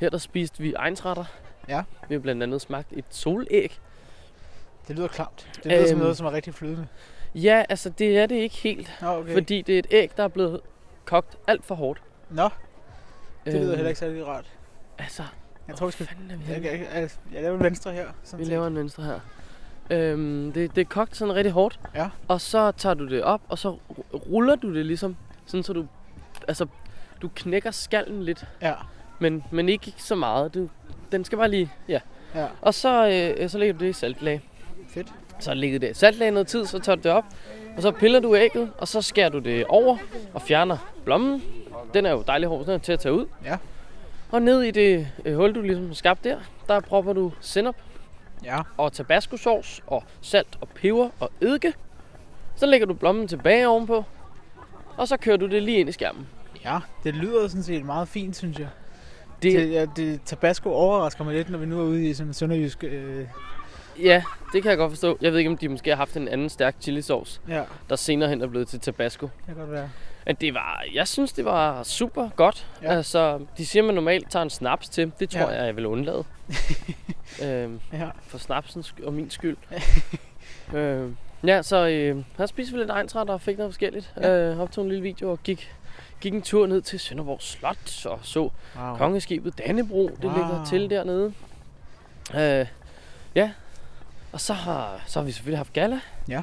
A: her der spiste vi egensretter.
B: Ja.
A: Vi har blandt andet smagt et solæg.
B: Det lyder klamt. Det lyder øhm. som
A: Øhm.
B: noget, som er rigtig flydende.
A: Ja, altså det er det ikke helt.
B: Nå, okay.
A: Okay. Fordi det er et æg, der er blevet kogt alt for hårdt.
B: Nå, det lyder
A: Øhm,
B: heller ikke særlig rart.
A: Altså,
B: Jeg tror, vi
A: hvad
B: skal...
A: fanden er vi
B: Jeg,
A: henne?
B: jeg, jeg, jeg Øhm. laver en venstre her. Sådan
A: Vi
B: set.
A: laver en venstre her. Øhm, det, det er kogt sådan rigtig hårdt.
B: Ja.
A: Og så tager du det op, og så ru- ruller du det ligesom. Sådan så du, altså, du knækker skallen lidt.
B: Ja,
A: Men, men ikke så meget. Du, den skal bare lige, ja.
B: ja.
A: Og så, øh, så lægger du det i saltlag.
B: Fedt.
A: Så ligger det i saltlag noget tid, så tager du det op. Og så piller du ægget, og så skærer du det over og fjerner blommen. Den er jo dejlig hård, den er til at tage ud.
B: Ja.
A: Og ned i det øh, hul, du ligesom har skabt der, der propper du sennep
B: Ja,
A: og tabascosauce og salt og peber og eddike. Så lægger du blommen tilbage ovenpå, og så kører du det lige ind i skærmen.
B: ja. Det lyder sådan set meget fint, synes jeg.
A: Det-
B: det, ja, det Tabasco overrasker mig lidt, når vi nu er ude i sådan en sønderjysk... Øh,
A: Ja, det kan jeg godt forstå. Jeg ved ikke, om de måske har haft en anden stærk chilisauce,
B: ja,
A: der senere hen er blevet til tabasco.
B: det kan godt være.
A: Men det var, jeg synes, det var super godt.
B: Ja.
A: Ja. Altså, de siger, man normalt tager en snaps til. Det tror
B: Ja.
A: ja. jeg, jeg vil [LAUGHS] undlade. øhm,
B: Ja.
A: for snapsens sk- og min skyld. [LAUGHS] øhm, ja, så øh, her spiste vi lidt egensretter og fik noget forskelligt. Ja. Øh, optog en lille video og gik, gik en tur ned til Sønderborg Slot og så
B: Wow.
A: kongeskibet Dannebro. Det
B: Wow.
A: ligger til dernede. Øh, ja, og så har, så har vi selvfølgelig haft gala.
B: Ja,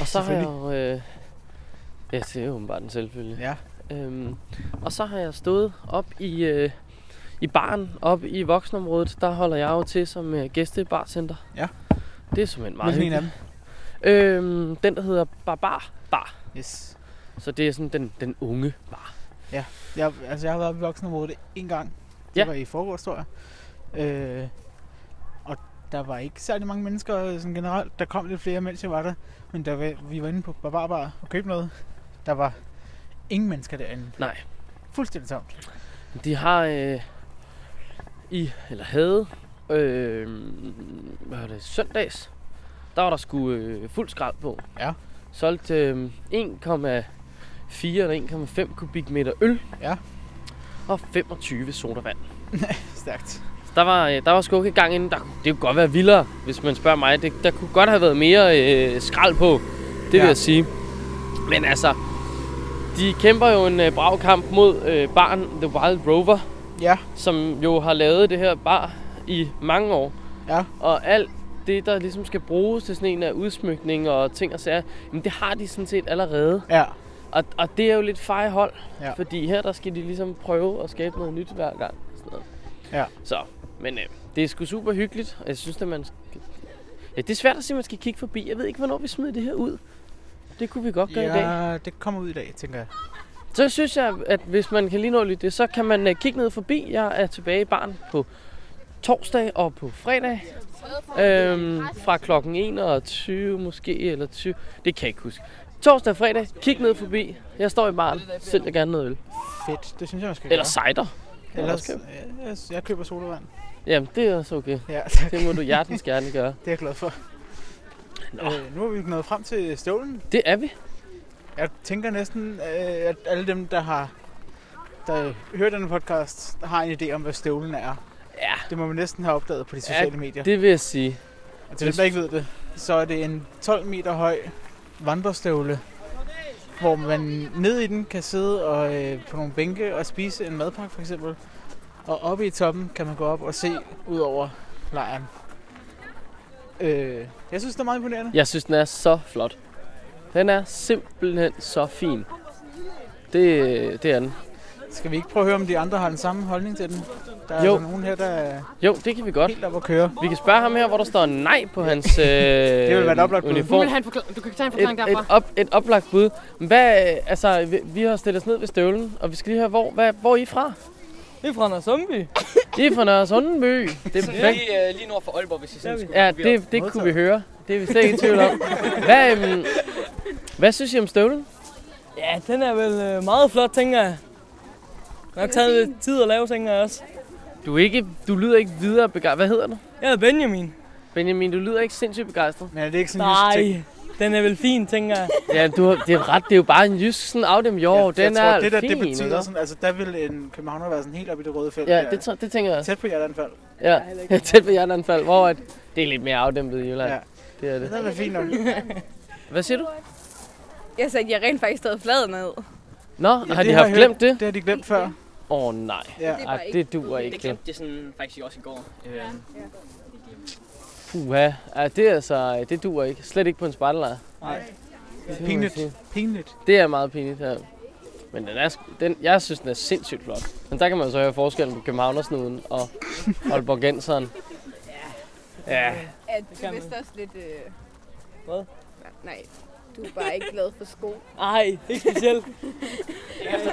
A: Og så har jeg
B: selvfølgelig.
A: jo, øh, ja, det er jo åbenbart en selvfølgelig.
B: Ja,
A: Øhm, og så har jeg stået op i, øh, i baren, op i voksenområdet. Der holder jeg jo til som øh, gæstebarcenter.
B: Ja.
A: Det er simpelthen meget
B: hvilken en af
A: hyggeligt.
B: dem?
A: Øhm, den, der hedder Barbar Bar.
B: Yes.
A: Så det er sådan den, den unge bar.
B: Jeg, altså, jeg har været oppe i voksenområdet en gang. Det ja.
A: Ja.
B: var i forgårs, tror jeg. Øh, og der var ikke særlig mange mennesker øh, sådan generelt. Der kom lidt flere, mens jeg var der. Men der var, vi var inde på Barbarbar og købte noget. Der var ingen mennesker derinde.
A: Nej.
B: Fuldstændig tomt.
A: De har øh, i, eller havde, øh, hvad var det, søndags, der var der sgu øh, fuld skrald på.
B: Ja.
A: Solgt øh, 1,4 eller 1,5 kubikmeter øl.
B: Ja.
A: Og 25 sodavand.
B: Stærkt.
A: Der var, øh, der var sgu ikke gang inden. Der, kunne- det kunne godt være vildere, hvis man spørger mig. Det, der kunne godt have været mere øh, skrald på, det ja.
B: Ja.
A: vil jeg sige. Men altså, de kæmper jo en øh, brav kamp mod øh, barn The Wild Rover,
B: Ja,
A: som jo har lavet det her bar i mange år.
B: Ja.
A: Og alt det, der ligesom skal bruges til sådan en af udsmykning og ting og sager, jamen det har de sådan set allerede.
B: ja.
A: Og, og det er jo lidt fejhold,
B: Ja.
A: ja. fordi her der skal de ligesom prøve at skabe noget nyt hver gang. og Sådan noget.
B: Ja.
A: Så, men øh, det er sgu super hyggeligt, og jeg synes, at man skal... Ja, det er svært at sige, at man skal kigge forbi. Jeg ved ikke, hvornår vi smider det her ud. Det kunne vi godt gøre i dag.
B: ja det kommer ud i dag, tænker jeg.
A: Så synes jeg, at hvis man kan lige nå lidt det, så kan man øh, kigge ned forbi. Jeg er tilbage i barn på torsdag og på fredag. Øhm, fra klokken 21 måske, eller 20. Det kan jeg ikke huske. Torsdag og fredag, kig ned forbi. Jeg står i baren, sælger gerne noget øl.
B: Fedt, det synes jeg, man skal
A: Eller
B: gøre.
A: cider. kan man
B: Ellers,
A: også købe.
B: jeg, jeg, jeg køber sodavand.
A: Jamen, det er også okay.
B: Ja, [LAUGHS] tak.
A: Det må du hjertens gerne gøre.
B: Det er jeg glad for.
A: Nå.
B: Øh, nu er vi nået frem til støvlen.
A: Det er vi.
B: Jeg tænker næsten, øh, at alle dem, der har der hører denne podcast, der har en idé om, hvad støvlen er.
A: Ja,
B: Det må man næsten have opdaget på de sociale ja, medier. Altså,
A: det vil jeg sige.
B: Og til dem, der ikke ved det, så er det en 12 meter høj vandrestøvle hvor man ned i den kan sidde og, øh, på nogle bænke og spise en madpakke for eksempel. Og oppe i toppen kan man gå op og se ud over lejren. Øh, jeg synes, det er meget imponerende.
A: Jeg synes, den er så flot. Den er simpelthen så fin. Det, det er den.
B: Skal vi ikke prøve at høre, om de andre har den samme holdning til den? Der er
A: Jo.
B: jo. altså nogen her, der er
A: Jo, det kan vi godt.
B: helt oppe at køre.
A: Vi kan spørge ham her, hvor der står nej på
F: [LAUGHS]
A: hans øh,
B: Det ville være et oplagt bud.
G: Du,
A: uniform.
G: vil have en forkla- du kan tage en
A: Et,
G: forklaring
A: et,
G: derfra.
A: op, et oplagt bud. Men Hvad, øh, altså, vi, vi har stillet os ned ved støvlen, og vi skal lige høre, hvor, hvad, hvor er I fra?
F: Det er fra Nørresundby.
A: I er fra
F: [LAUGHS]
A: Nørre Sundenby. Det er perfekt.
F: Lige, øh, lige nord for Aalborg, hvis I sådan skulle
A: Ja, det, det kunne vi høre. Det er vi slet ikke i tvivl
F: [LAUGHS]
A: om. Hvad, øhm, hvad synes I om støvlen?
F: Ja, den er vel øh, meget flot, tænker jeg. Nok taget lidt tid at lave, tænker jeg også.
A: Du, er ikke, du lyder ikke videre begejstret. Hvad hedder du?
F: Jeg hedder Benjamin.
A: Benjamin, du lyder ikke sindssygt begejstret.
B: Men er det ikke sådan en jysk ting?
F: Nej, den er vel fin, tænker jeg.
A: Ja, du har, det er ret. Det er jo bare en jysk sådan af dem jo.
B: jeg
A: den
B: tror,
A: er
B: det der,
A: fin,
B: det betyder
A: ikke?
B: sådan, altså der vil en københavner være sådan helt oppe i det røde felt.
A: Ja,
B: der.
A: det, tror- det tænker jeg også.
B: Tæt på hjerteanfald.
A: Ja, [LAUGHS] tæt ved hjerteanfald, hvor at det er lidt mere afdæmpet i Jylland. Ja.
B: Ja.
A: Det er
B: Det
A: det.
B: er da fint nok.
A: Hvad siger du?
H: Jeg sagde, at jeg rent faktisk stadig flad ned.
A: Nå,
B: Ja,
A: har de
B: det har
A: haft
B: jeg
A: glemt det?
B: Det har de glemt før.
A: Åh oh, nej,
B: Ja.
H: Det var
A: Ej,
H: ikke-
A: det duer ikke. Det
F: det sådan faktisk også i går. Øh,
A: Puha, ja, det, er altså, det duer ikke. Slet ikke på en spejderlejr.
B: Nej.
A: Det må
B: Pinligt.
A: jeg sige.
B: Pinligt.
A: Det er meget pinligt her. Men den er, sk- den, jeg synes, den er sindssygt flot. Men der kan man jo så høre forskellen på københavnersnuden [LAUGHS] og Aalborgenseren. Ja.
H: Ja, du er
F: kan
H: vist også lidt... Øh...
F: Hvad?
H: Nej, du er bare ikke glad for sko.
F: Ej, ikke specielt.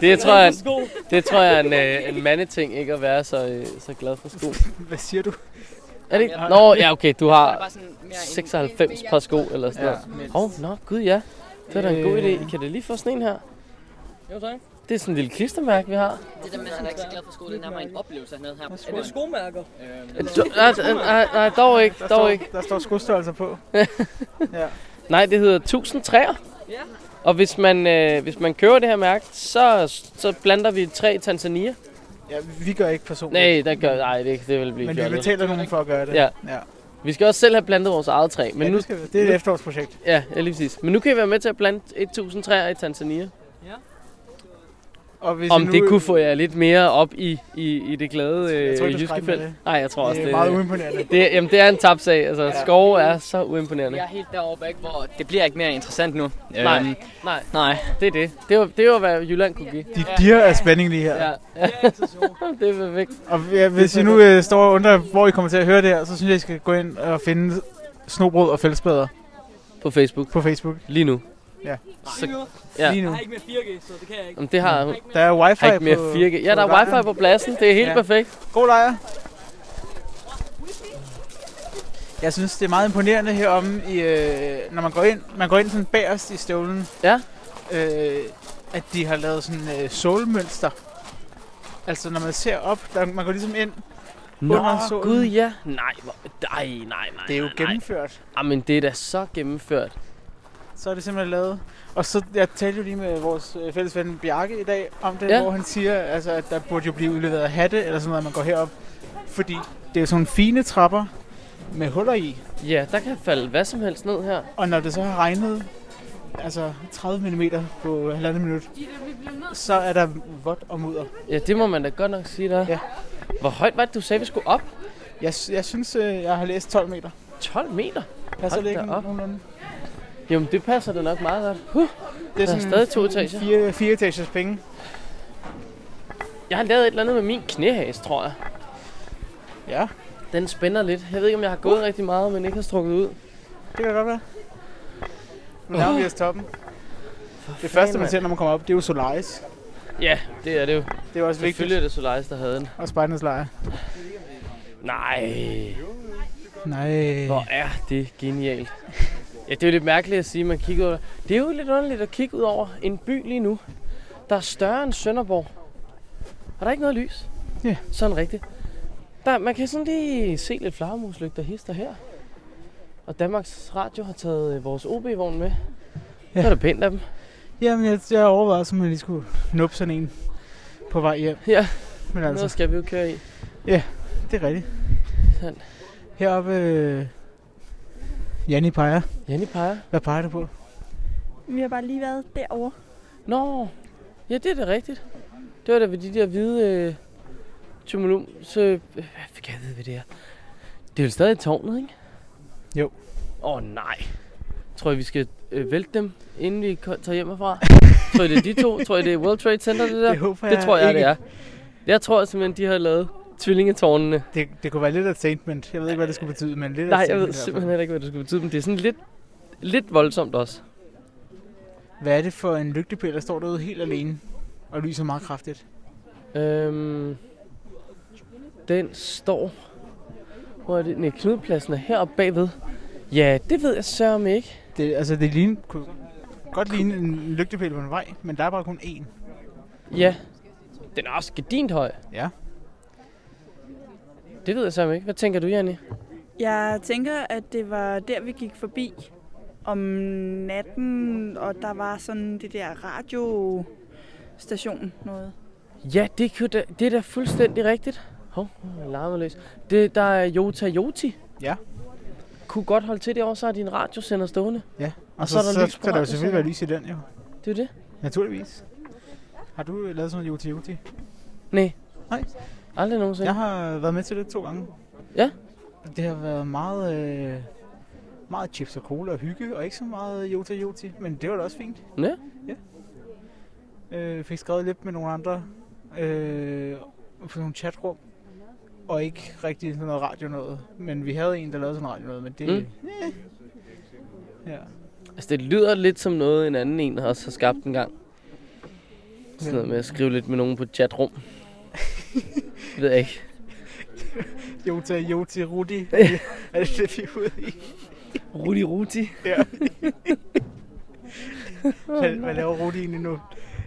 A: Det tror jeg,
F: Sko.
A: det tror jeg er en, øh, en mandeting, ikke at være så, øh, så glad for sko.
B: Hvad siger du?
A: Er det ikke? Nå, ja okay, du har 96 par sko eller sådan
B: Ja.
A: noget. Åh, oh, nå, gud ja. Det er da en god idé. Kan det lige få sådan en her?
F: Jo, tak.
A: Det er sådan en lille klistermærke, vi har.
I: Det der med, at han er ikke så glad for sko, det er nærmere en oplevelse, han havde her på
F: Det er
I: skolen.
F: skomærker.
A: Øh, Nej, nej, nej, dog ikke,
B: Der står,
A: dog ikke.
B: der står skostørrelser på.
A: Nej, det hedder 1000 træer.
I: Ja.
A: Og hvis man, øh, hvis man køber det her mærke, så, så blander vi et træ i Tanzania.
B: Ja, vi gør ikke personligt.
A: Nej, der gør, nej det, det vil blive
B: Men vi
A: fjollet.
B: betaler nogen for at gøre det.
A: Ja.
B: ja.
A: Vi skal også selv have plantet vores eget træ. Men
B: Men ja,
A: nu,
B: det, skal vi. det er et efterårsprojekt.
A: ja, ja, lige præcis. Men nu kan I være med til at plante 1000 træer i Tanzania.
B: Og hvis I
A: Om
B: nu, øh,
A: det kunne få jer lidt mere op i, i, i det glade
B: Jeg tror ikke,
A: øh,
B: du skal
A: jyske
B: regne med
A: felt. Nej, jeg tror også,
B: det
A: det,
B: er meget uimponerende.
A: det, er- jamen, det er en tabt sag. Altså, ja. skove er så uimponerende.
I: Jeg er helt deroppe, ikke, hvor det bliver ikke mere interessant nu.
A: Nej,
I: Øhm,
A: nej,
I: nej.
A: det er det. Det var, det var hvad Jylland kunne give.
B: De dirrer af spænding lige her.
A: Ja, ja. [LAUGHS] det er perfekt.
B: Og ja, hvis I nu øh, står og undrer, hvor I kommer til at høre det her, så synes jeg, I skal gå ind og finde snobrød og fællesbader
A: På Facebook.
B: på Facebook
A: Lige nu. Ja.
B: ja. lige nu.
F: ikke med 4G, så det kan jeg ikke.
A: Jamen, det har hun.
B: Der er wifi
A: Har ikke mere
B: på,
A: 4G. Ja,
B: på
A: der er
B: radioen.
A: wifi på pladsen. Det er helt
B: Ja.
A: perfekt.
B: God lejr. Jeg synes, det er meget imponerende heromme, i, øh, når man går ind, man går ind sådan bagerst i støvlen,
A: Ja.
B: øh, at de har lavet sådan øh, solmønster. Altså, når man ser op, der, man går ligesom ind. Under
A: Nå,
B: solen.
A: gud ja. Nej, hvor, nej, nej, nej.
B: Det er jo
A: nej, nej.
B: gennemført.
A: Jamen, det er da så gennemført.
B: Så er det simpelthen lavet. Og så, jeg talte jo lige med vores øh, fælles ven Bjarke i dag om det,
A: Ja.
B: ja. hvor han siger, altså, at der burde jo blive udleveret hatte, eller sådan noget, når man går herop. Fordi det er jo sådan nogle fine trapper med huller i.
A: Ja, der kan falde hvad som helst ned her.
B: Og når det så har regnet, altså 30 mm på halvandet minut, så er der vådt og mudder.
A: Ja, det må man da godt nok sige der.
B: Ja.
A: Hvor højt var det, du sagde, vi skulle op?
B: Jeg, sy- jeg synes, øh, jeg har læst 12 meter.
A: 12 meter?
B: Passer
A: Hold
B: det
A: da
B: ikke
A: op.
B: nogenlunde?
A: Jamen, det passer da nok meget godt. Huh,
B: Det er
A: der er
B: sådan
A: stadig to etager.
B: fire, fire etagers penge.
A: Jeg har lavet et eller andet med min knæhæs, tror jeg.
B: Ja,
A: Den spænder lidt. Jeg ved ikke, om jeg har
B: Uh.
A: gået rigtig meget, men ikke har strukket ud.
B: det kan godt være. Nu nærmer vi os toppen. Det første, man
A: mand.
B: ser, når man kommer op, det er jo Solaris.
A: Ja, det er det jo.
B: Det er også
A: Selvfølgelig
B: vigtigt.
A: er det Solaris, der havde den.
B: Og Spejdernes lejr.
A: Nej.
B: Nej.
A: Hvor er det genialt. Ja, det er jo lidt mærkeligt at sige, at man kigger ud. Det er jo lidt underligt at kigge ud over en by lige nu, der er større end Sønderborg. Og der er ikke noget lys.
B: Ja.
A: Sådan rigtigt. Der, man kan sådan lige se lidt flagermuslygter der hister her. Og Danmarks Radio har taget øh, vores OB-vogn med. Ja.
B: Ja.
A: Så er det pænt af dem.
B: Jamen, jeg, jeg overvejede, om jeg lige skulle nuppe sådan en på vej hjem.
A: Ja.
B: Men
A: Altså.
B: altså,
A: Noget skal vi jo køre i.
B: det er rigtigt.
A: Sådan.
B: Heroppe... Øh, Janni peger.
A: Jenny peger.
B: Hvad peger du på?
J: Vi har bare lige været derovre.
A: Nå, ja, det er da rigtigt. Det var da ved de der hvide øh, tumulum, så... Øh, hvad kan jeg vide, hvad det er? Det er jo stadig tårnet, ikke?
B: Jo.
A: Åh, oh, nej. Tror jeg, vi skal øh, vælte dem, inden vi ko- tager
B: [LAUGHS]
A: hjemmefra? tror I, det er de to? Tror I, det er World Trade Center, det der?
B: Det håber jeg
A: det tror jeg,
B: ikke.
A: det er. Jeg tror simpelthen, de har lavet tvillingetårnene.
B: Det, det kunne være lidt af et statement. Jeg ved ikke, hvad det skulle betyde, men lidt af
A: Nej,
B: et
A: jeg ved
B: statement i hvert fald.
A: simpelthen heller ikke, hvad det skulle betyde, men det er sådan lidt, lidt voldsomt også.
B: Hvad er det for en lygtepæl, der står derude helt alene og lyser meget kraftigt?
A: Øhm, den står... Hvor er det? Nej, knudpladsen er heroppe bagved. Ja, det ved jeg sørme ikke.
B: Det, altså, det ligner, kunne godt ligne en lygtepæl på en vej, men der er bare kun én.
A: Ja. Den er også gedint høj.
B: Ja.
A: Det ved jeg sørme ikke. Hvad tænker du, Janni?
G: Jeg tænker, at det var der, vi gik forbi om natten, og der var sådan det der radiostation noget.
A: Ja, det, kunne da, det er da fuldstændig rigtigt. Hov, oh, larmeløs. Det, der er Jota Joti.
B: Ja.
A: Kunne godt holde til det også, så har din radiosender stående.
B: Og, og så, så,
A: er der
B: så,
A: lys på
B: skal der jo
A: radioen,
B: selvfølgelig
A: så-
B: være lys i den, jo.
A: Det er jo det.
B: Naturligvis. Har du øh, lavet sådan noget joti
A: Nej.
B: Nej.
A: Aldrig nogensinde.
B: Jeg har været med til det to gange.
A: Ja.
B: Det har været meget, øh, meget chips og cola og hygge, og ikke så meget jota joti, men det var da også fint.
A: Ja.
B: Ja. Øh, fik skrevet lidt med nogle andre øh, på nogle chatrum, og ikke rigtig sådan noget radio noget. Men vi havde en, der lavede sådan noget radio noget, men det...
A: Mm.
B: Mm. Ja.
A: Altså, det lyder lidt som noget, en anden en også har skabt en gang. Sådan noget med at skrive lidt med nogen på et chatrum. det ved jeg ikke.
B: Jota, Joti,
A: [LAUGHS]
B: Rudi. er det det, vi er ude i?
A: Rudi Ruti.
B: Ja. Hvad, hvad laver Rudi egentlig nu?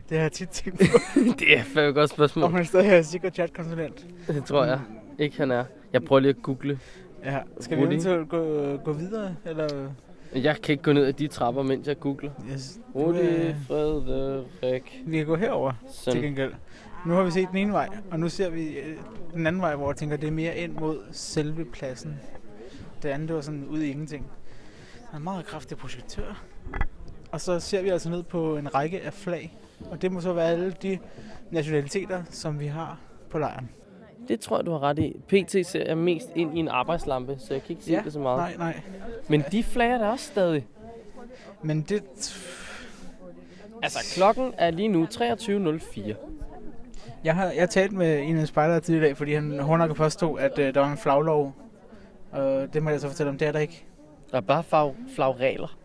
B: Det har jeg tit [LAUGHS] tænkt på.
A: Det er fandme et godt spørgsmål.
B: Om han stadig er sikker chatkonsulent.
A: Det tror jeg ikke, han er. Jeg prøver lige at google.
B: Ja. Skal vi
A: Rudi.
B: eventuelt gå, gå videre? Eller?
A: Jeg kan ikke gå ned ad de trapper, mens jeg googler.
B: Yes.
A: Rudi
B: Øh,
A: Frederik.
B: vi kan gå herover til
A: Sådan.
B: gengæld. Nu har vi set den ene vej, og nu ser vi øh, den anden vej, hvor jeg tænker, det er mere ind mod selve pladsen. Det andet, det var sådan ud i ingenting. Der er en meget kraftig projektør. Og så ser vi altså ned på en række af flag. Og det må så være alle de nationaliteter, som vi har på lejren.
A: Det tror jeg, du har ret i. PT ser jeg mest ind i en arbejdslampe, så jeg kan ikke se
B: Ja,
A: det så meget.
B: Nej, nej.
A: Men de flager der også stadig.
B: Men det...
A: Altså, klokken er lige nu 23.04.
B: Jeg har jeg talt med en af spejdere tidligere i dag, fordi han hårdnakket påstod, at øh, der var en flaglov. Og det må jeg så fortælle om, det er der ikke.
A: Der er bare flag, flagregler.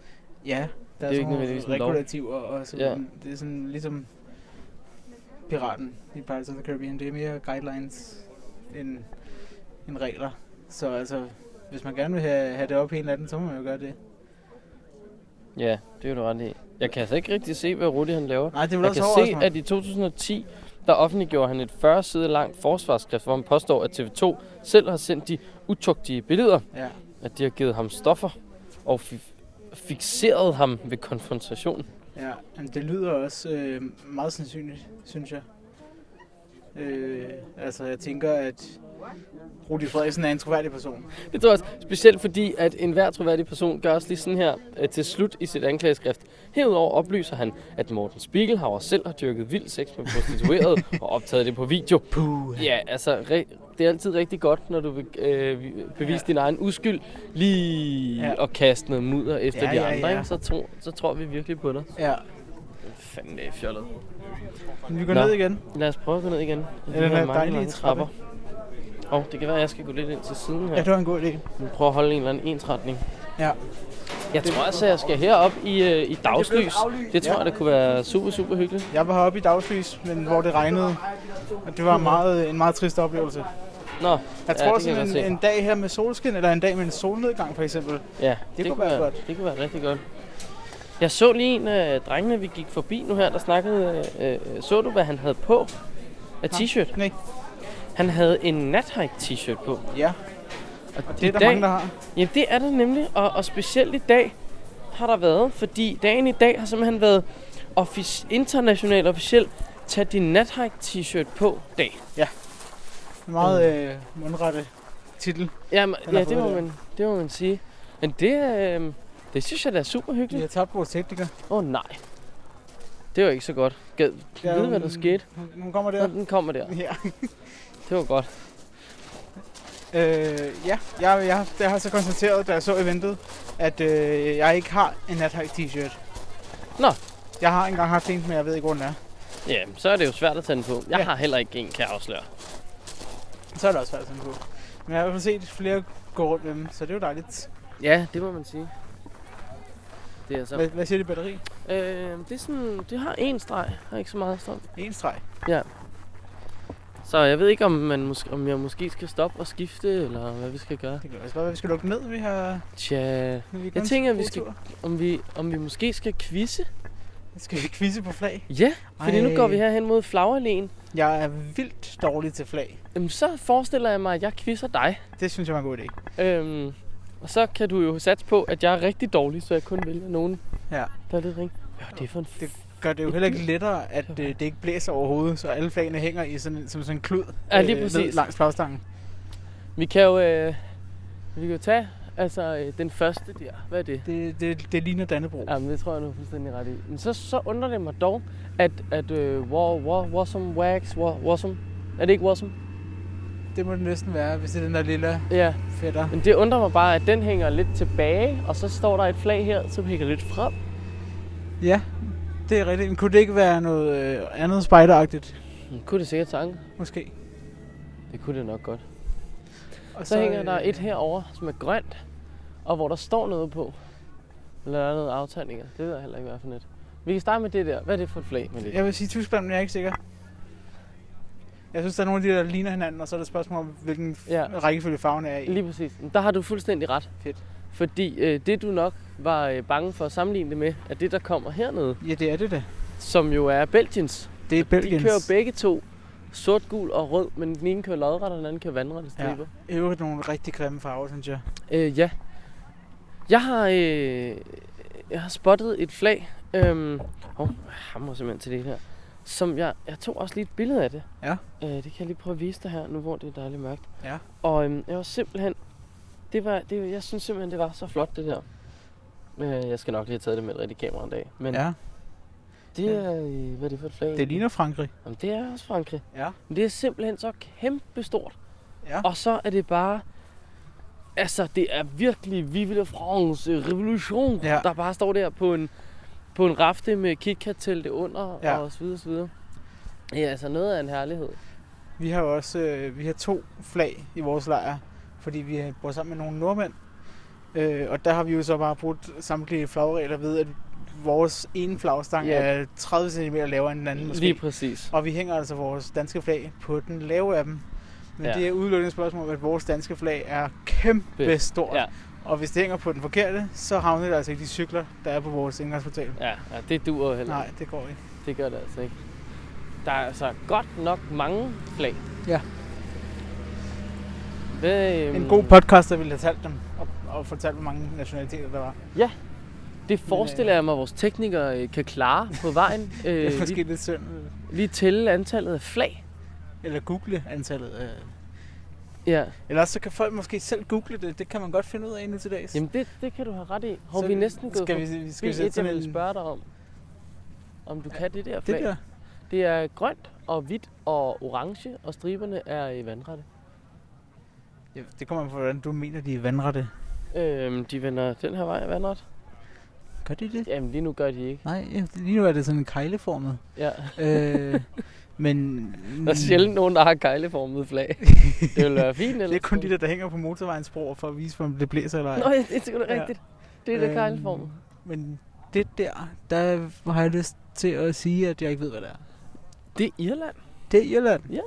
B: Ja, der
A: er jo
B: sådan
A: ikke
B: nogle
A: nødvendigvis en lov.
B: regulativer, og sådan,
A: Ja.
B: det er sådan ligesom piraten i Pirates of the Caribbean. Det er mere guidelines end, end regler. Så altså, hvis man gerne vil have, have det op i en af dem, så må man jo gøre det.
A: Ja, det er du ret i. Jeg kan altså ikke rigtig se, hvad Rudi han laver.
B: Nej, det vil
A: Jeg
B: også
A: kan
B: overraske
A: se,
B: mig.
A: at i 2010, der offentliggjorde han et 40 sider langt forsvarsskrift, hvor han påstår, at TV2 selv har sendt de utugtige billeder,
B: Ja.
A: at de har givet ham stoffer og fi- fixeret ham ved konfrontation.
B: Ja, men det lyder også øh, meget sandsynligt, synes jeg. Øh, altså, jeg tænker, at Rudi Frederiksen er en troværdig person.
A: Det tror jeg også. Specielt fordi, at enhver troværdig person gør også lige sådan her øh, til slut i sit anklageskrift. Herudover oplyser han, at Morten Spiegelhauer selv har dyrket vild sex med
B: [LAUGHS]
A: prostitueret og optaget det på video.
B: Puh.
A: Ja, altså, re- det er altid rigtig godt, når du vil øh, vi- bevise din egen uskyld, lige
B: Ja.
A: ja. at kaste noget mudder efter
B: Ja,
A: de
B: ja,
A: andre,
B: ja.
A: Ikke? Så, tro, så tror vi virkelig på dig.
B: Ja,
A: Fanden det er fjollet.
B: men vi går
A: Nå.
B: ned igen.
A: Lad os prøve at gå ned igen. ad
B: den her dejlige
A: Og det kan være, at jeg skal gå lidt ind til siden her.
B: Ja, det var en god idé.
A: Vi prøver at holde en eller anden ensretning.
B: Ja.
A: Jeg tror altså, jeg skal herop i, øh, i dagslys. Det tror
B: Ja.
A: jeg, det kunne være super, super hyggeligt.
B: Jeg var heroppe i dagslys, men hvor det regnede. Og det var meget, en meget trist oplevelse.
A: Nå, jeg
B: Jeg
A: ja,
B: tror
A: det kan jeg
B: sådan
A: godt se.
B: en, en dag her med solskin, eller en dag med en solnedgang for eksempel.
A: Ja,
B: det kunne være godt.
A: Det kunne være rigtig godt. Jeg så lige en af drengene, vi gik forbi nu her, der snakkede... Øh, øh, så du, hvad han havde på af t-shirt?
B: nej.
A: Han havde en nathike t-shirt på.
B: Ja,
A: Og
B: det er der mange, der har.
A: Jamen det er der nemlig, og, og specielt i dag har der været, fordi dagen i dag har simpelthen været offic- international officiel tag din nathike t-shirt på dag.
B: En meget øh, mundrette titel,
A: Jamen,
B: Den har
A: ja, det
B: fået
A: må,
B: det.
A: man, det må man sige. Men det, øh, det synes jeg da er super
B: vi
A: hyggeligt.
B: har tabt vores tekniker.
A: Åh oh, nej. Det var ikke så godt. Gad
B: Ja,
A: ja, vide, hvad der
B: hun-
A: skete?
B: Hun, Øhm, hun kommer
A: Ja.
B: der.
A: Den kommer der.
B: Ja.
A: Det var godt.
B: Øh, ja, jeg, jeg, jeg har så konstateret, da jeg så eventet, at øh, jeg ikke har en nathike t-shirt.
A: Nå.
B: Jeg har engang haft en, men jeg ved ikke, hvor den er.
A: Ja, så er det jo svært at tage den på. Jeg
B: Ja.
A: ja. har heller ikke en, kan jeg afsløre.
B: Så er det også svært at tænke på. Men jeg har i hvert fald set flere gå rundt med dem, så det er jo dejligt.
A: Ja, det må man sige. Det er så.
B: Hvad, hvad siger det batteri?
A: Øh, det er sådan, det har en streg, har ikke så meget strøm.
B: En streg.
A: Så jeg ved ikke, om, man måske, om jeg måske skal stoppe og skifte, eller hvad vi skal gøre.
B: Det kan også være, at vi skal lukke den ned. Vi har,
A: Tja,
B: vi er kun
A: jeg tænker, at vi
B: gode
A: skal,
B: tur.
A: om vi, om vi måske skal quizze.
B: Skal vi quizze på flag?
A: Ja, fordi nu
B: Ej.
A: går vi herhen mod Flagerlen.
B: Jeg er vildt dårlig til flag.
A: Jamen, så forestiller jeg mig, at jeg quizzer dig.
B: Det synes jeg var en god idé.
A: Øhm, og så kan du jo satse på, at jeg er rigtig dårlig, så jeg kun vælger nogen.
B: Ja.
A: Der er lidt ring. Ja, det er for en
B: Det gør det jo heller ikke lettere, at øh, det ikke blæser overhovedet, så alle flagene hænger i sådan, en- som sådan en klud øh,
A: Ja, lige
B: ned
A: præcis.
B: langs flagstangen.
A: Vi kan jo, øh, vi kan jo tage altså, øh, den første der. Hvad er det?
B: Det, det, det ligner Dannebro. Ja.
A: Jamen, det tror jeg, du er fuldstændig ret i. Men så, så undrer det mig dog, at, at øh, war, war, wasom, wax, war, wasom. Er det ikke wasom?
B: Det må det næsten være, hvis det er den der lille
A: Ja,
B: fætter.
A: men det undrer mig bare, at den hænger lidt tilbage, og så står der et flag her, som hænger lidt frem.
B: Ja, det er rigtigt. Men kunne det ikke være noget øh, andet spejderagtigt,
A: Hmm, Kunne det sikkert tanke?
B: måske?
A: Det kunne det nok godt.
B: Og
A: Så, så hænger
B: øh,
A: der et herover, som er grønt, og hvor der står noget på. Eller der er noget aftegninger. Det ved jeg heller ikke, hvad for net. Vi kan starte med det der. Hvad er det for et flag med det?
B: Jeg vil sige Tyskland, men jeg er ikke sikker. Jeg synes, der er nogle af de, der ligner hinanden, og så er det et spørgsmål om, hvilken ja.
A: Ja.
B: rækkefølge farverne er i.
A: Lige præcis. Men Der har du fuldstændig ret.
B: Fedt.
A: Fordi øh, det du nok var øh, bange for at sammenligne det med, er det der kommer hernede,
B: Ja, det er det da.
A: som jo er Belgiens.
B: Det er
A: De
B: Belgiens.
A: kører begge to sort, gul og rød, men den ene kører lodret, og den anden kører vandrette striber.
B: I øvrigt nogle rigtig grimme farver, synes jeg.
A: Øh, ja. Jeg har, øh, jeg har spottet et flag. Øhm, oh, jeg hamrer simpelthen til det her. Som jeg, jeg tog også lige et billede af det.
B: Ja.
A: Øh, det kan jeg lige prøve at vise dig her, nu hvor det er dejligt mørkt.
B: Ja.
A: Og øhm, jeg var simpelthen... Det var, det, jeg synes simpelthen, det var så flot, det der. Øh, jeg skal nok lige have taget det med et rigtigt kamera en dag. Men ja.
B: Ja,
A: det er... øh, Hvad er det for et flag?
B: det ligner Frankrig.
A: Jamen, det er også Frankrig.
B: Ja.
A: Men det er simpelthen så kæmpestort.
B: Ja.
A: Og så er det bare... Altså, det er virkelig Vive la France øh, Revolution,
B: Ja.
A: ja. der bare står der på en, på en rafte med KitKat-teltet under
B: Ja.
A: ja. og så videre, så videre. Ja, altså noget af en herlighed.
B: Vi har jo også øh, vi har to flag i vores lejr, fordi vi øh, bor sammen med nogle nordmænd. Øh, og der har vi jo så bare brugt samtlige flagregler ved, at vores ene flagstang
A: Ja.
B: er 30 cm lavere end den anden måske.
A: Lige præcis.
B: Og vi hænger altså vores danske flag på den lave af dem. Men ja.
A: Ja.
B: det er udelukkende et spørgsmål, at vores danske flag er kæmpe
A: Fedt.
B: stort. Ja.
A: Ja.
B: Og hvis det hænger på den forkerte, så havner det altså ikke i de cykler, der er på vores indgangsportal.
A: Ja, ja det duer jo heller
B: Nej, det går ikke.
A: Det gør det altså ikke. Der er altså godt nok mange flag.
B: Ja.
A: Hvad, øhm,
B: En god podcaster ville have talt dem, og, og fortalt, hvor mange nationaliteter der var.
A: Det forestiller jeg mig, at vores teknikere øh, kan klare på
B: [LAUGHS]
A: vejen.
B: Det er
A: Øh,
B: måske
A: lige,
B: lidt synd. øh,
A: lige tælle antallet af flag.
B: Eller google antallet. Øh.
A: Ja,
B: Eller også så kan folk måske selv google det. Det kan man godt finde ud af nu til dags.
A: jamen det, det kan du have ret i. Har
B: Så
A: vi er næsten gået
B: skal
A: forbi
B: vi, skal vi sætte
A: et, jeg
B: sådan
A: ville
B: en...
A: spørge dig om. Om du kan det der
B: Det
A: flag.
B: der.
A: det er grønt og hvidt og orange, og striberne er i vandrette.
B: Ja, det kommer an på, hvordan du mener, de er vandrette.
A: Øhm, de vender den her vej vandret.
B: Gør de det?
A: Jamen lige nu gør de ikke.
B: Nej, ja, lige nu er det sådan en kejleformet.
A: Ja. [LAUGHS]
B: øh, men...
A: Der er
B: Mm.
A: sjældent nogen, der har kejleformede
B: [LAUGHS]
A: flag. det ville være fint, eller?
B: Det er kun de der, der hænger på motorvejens broer for at vise, om det blæser eller ej.
A: Nå, ja, det er sgu da
B: Ja.
A: rigtigt. Det er det
B: Øhm,
A: kejleformede.
B: Men det der, der har jeg lyst til at sige, at jeg ikke ved, hvad det er.
A: Det er Irland.
B: Det er Irland.
A: Ja.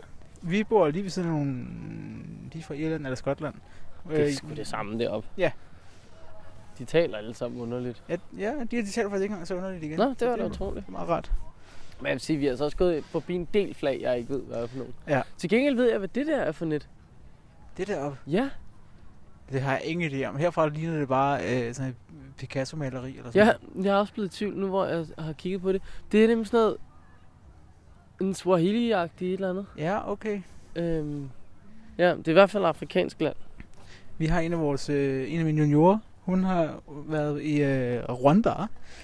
B: Vi bor lige ved sådan nogle... De er fra Irland eller Skotland.
A: Det er sgu det samme deroppe.
B: øh, Ja.
A: De taler alle sammen underligt.
B: Ja, ja de, de taler faktisk ikke engang så underligt igen.
A: Nå, det var da
B: det
A: utroligt.
B: er meget rart.
A: Men jeg vil sige, vi har så også gået forbi en del flag, jeg ikke ved, hvad er for nogen.
B: Ja.
A: Til gengæld ved jeg, hvad det der er for net.
B: Det deroppe,
A: Ja,
B: det har jeg ingen idé om. Herfra ligner det bare øh, sådan et Picasso-maleri eller sådan
A: ja, jeg er også blevet i tvivl nu, hvor jeg har kigget på det. Det er nemlig sådan noget, en Swahili-agtig et eller andet.
B: noget. Ja, okay.
A: Øhm, ja, det er i hvert fald afrikansk land.
B: Vi har en af vores øh, en af mine juniorer, Hun har været i øh, Rwanda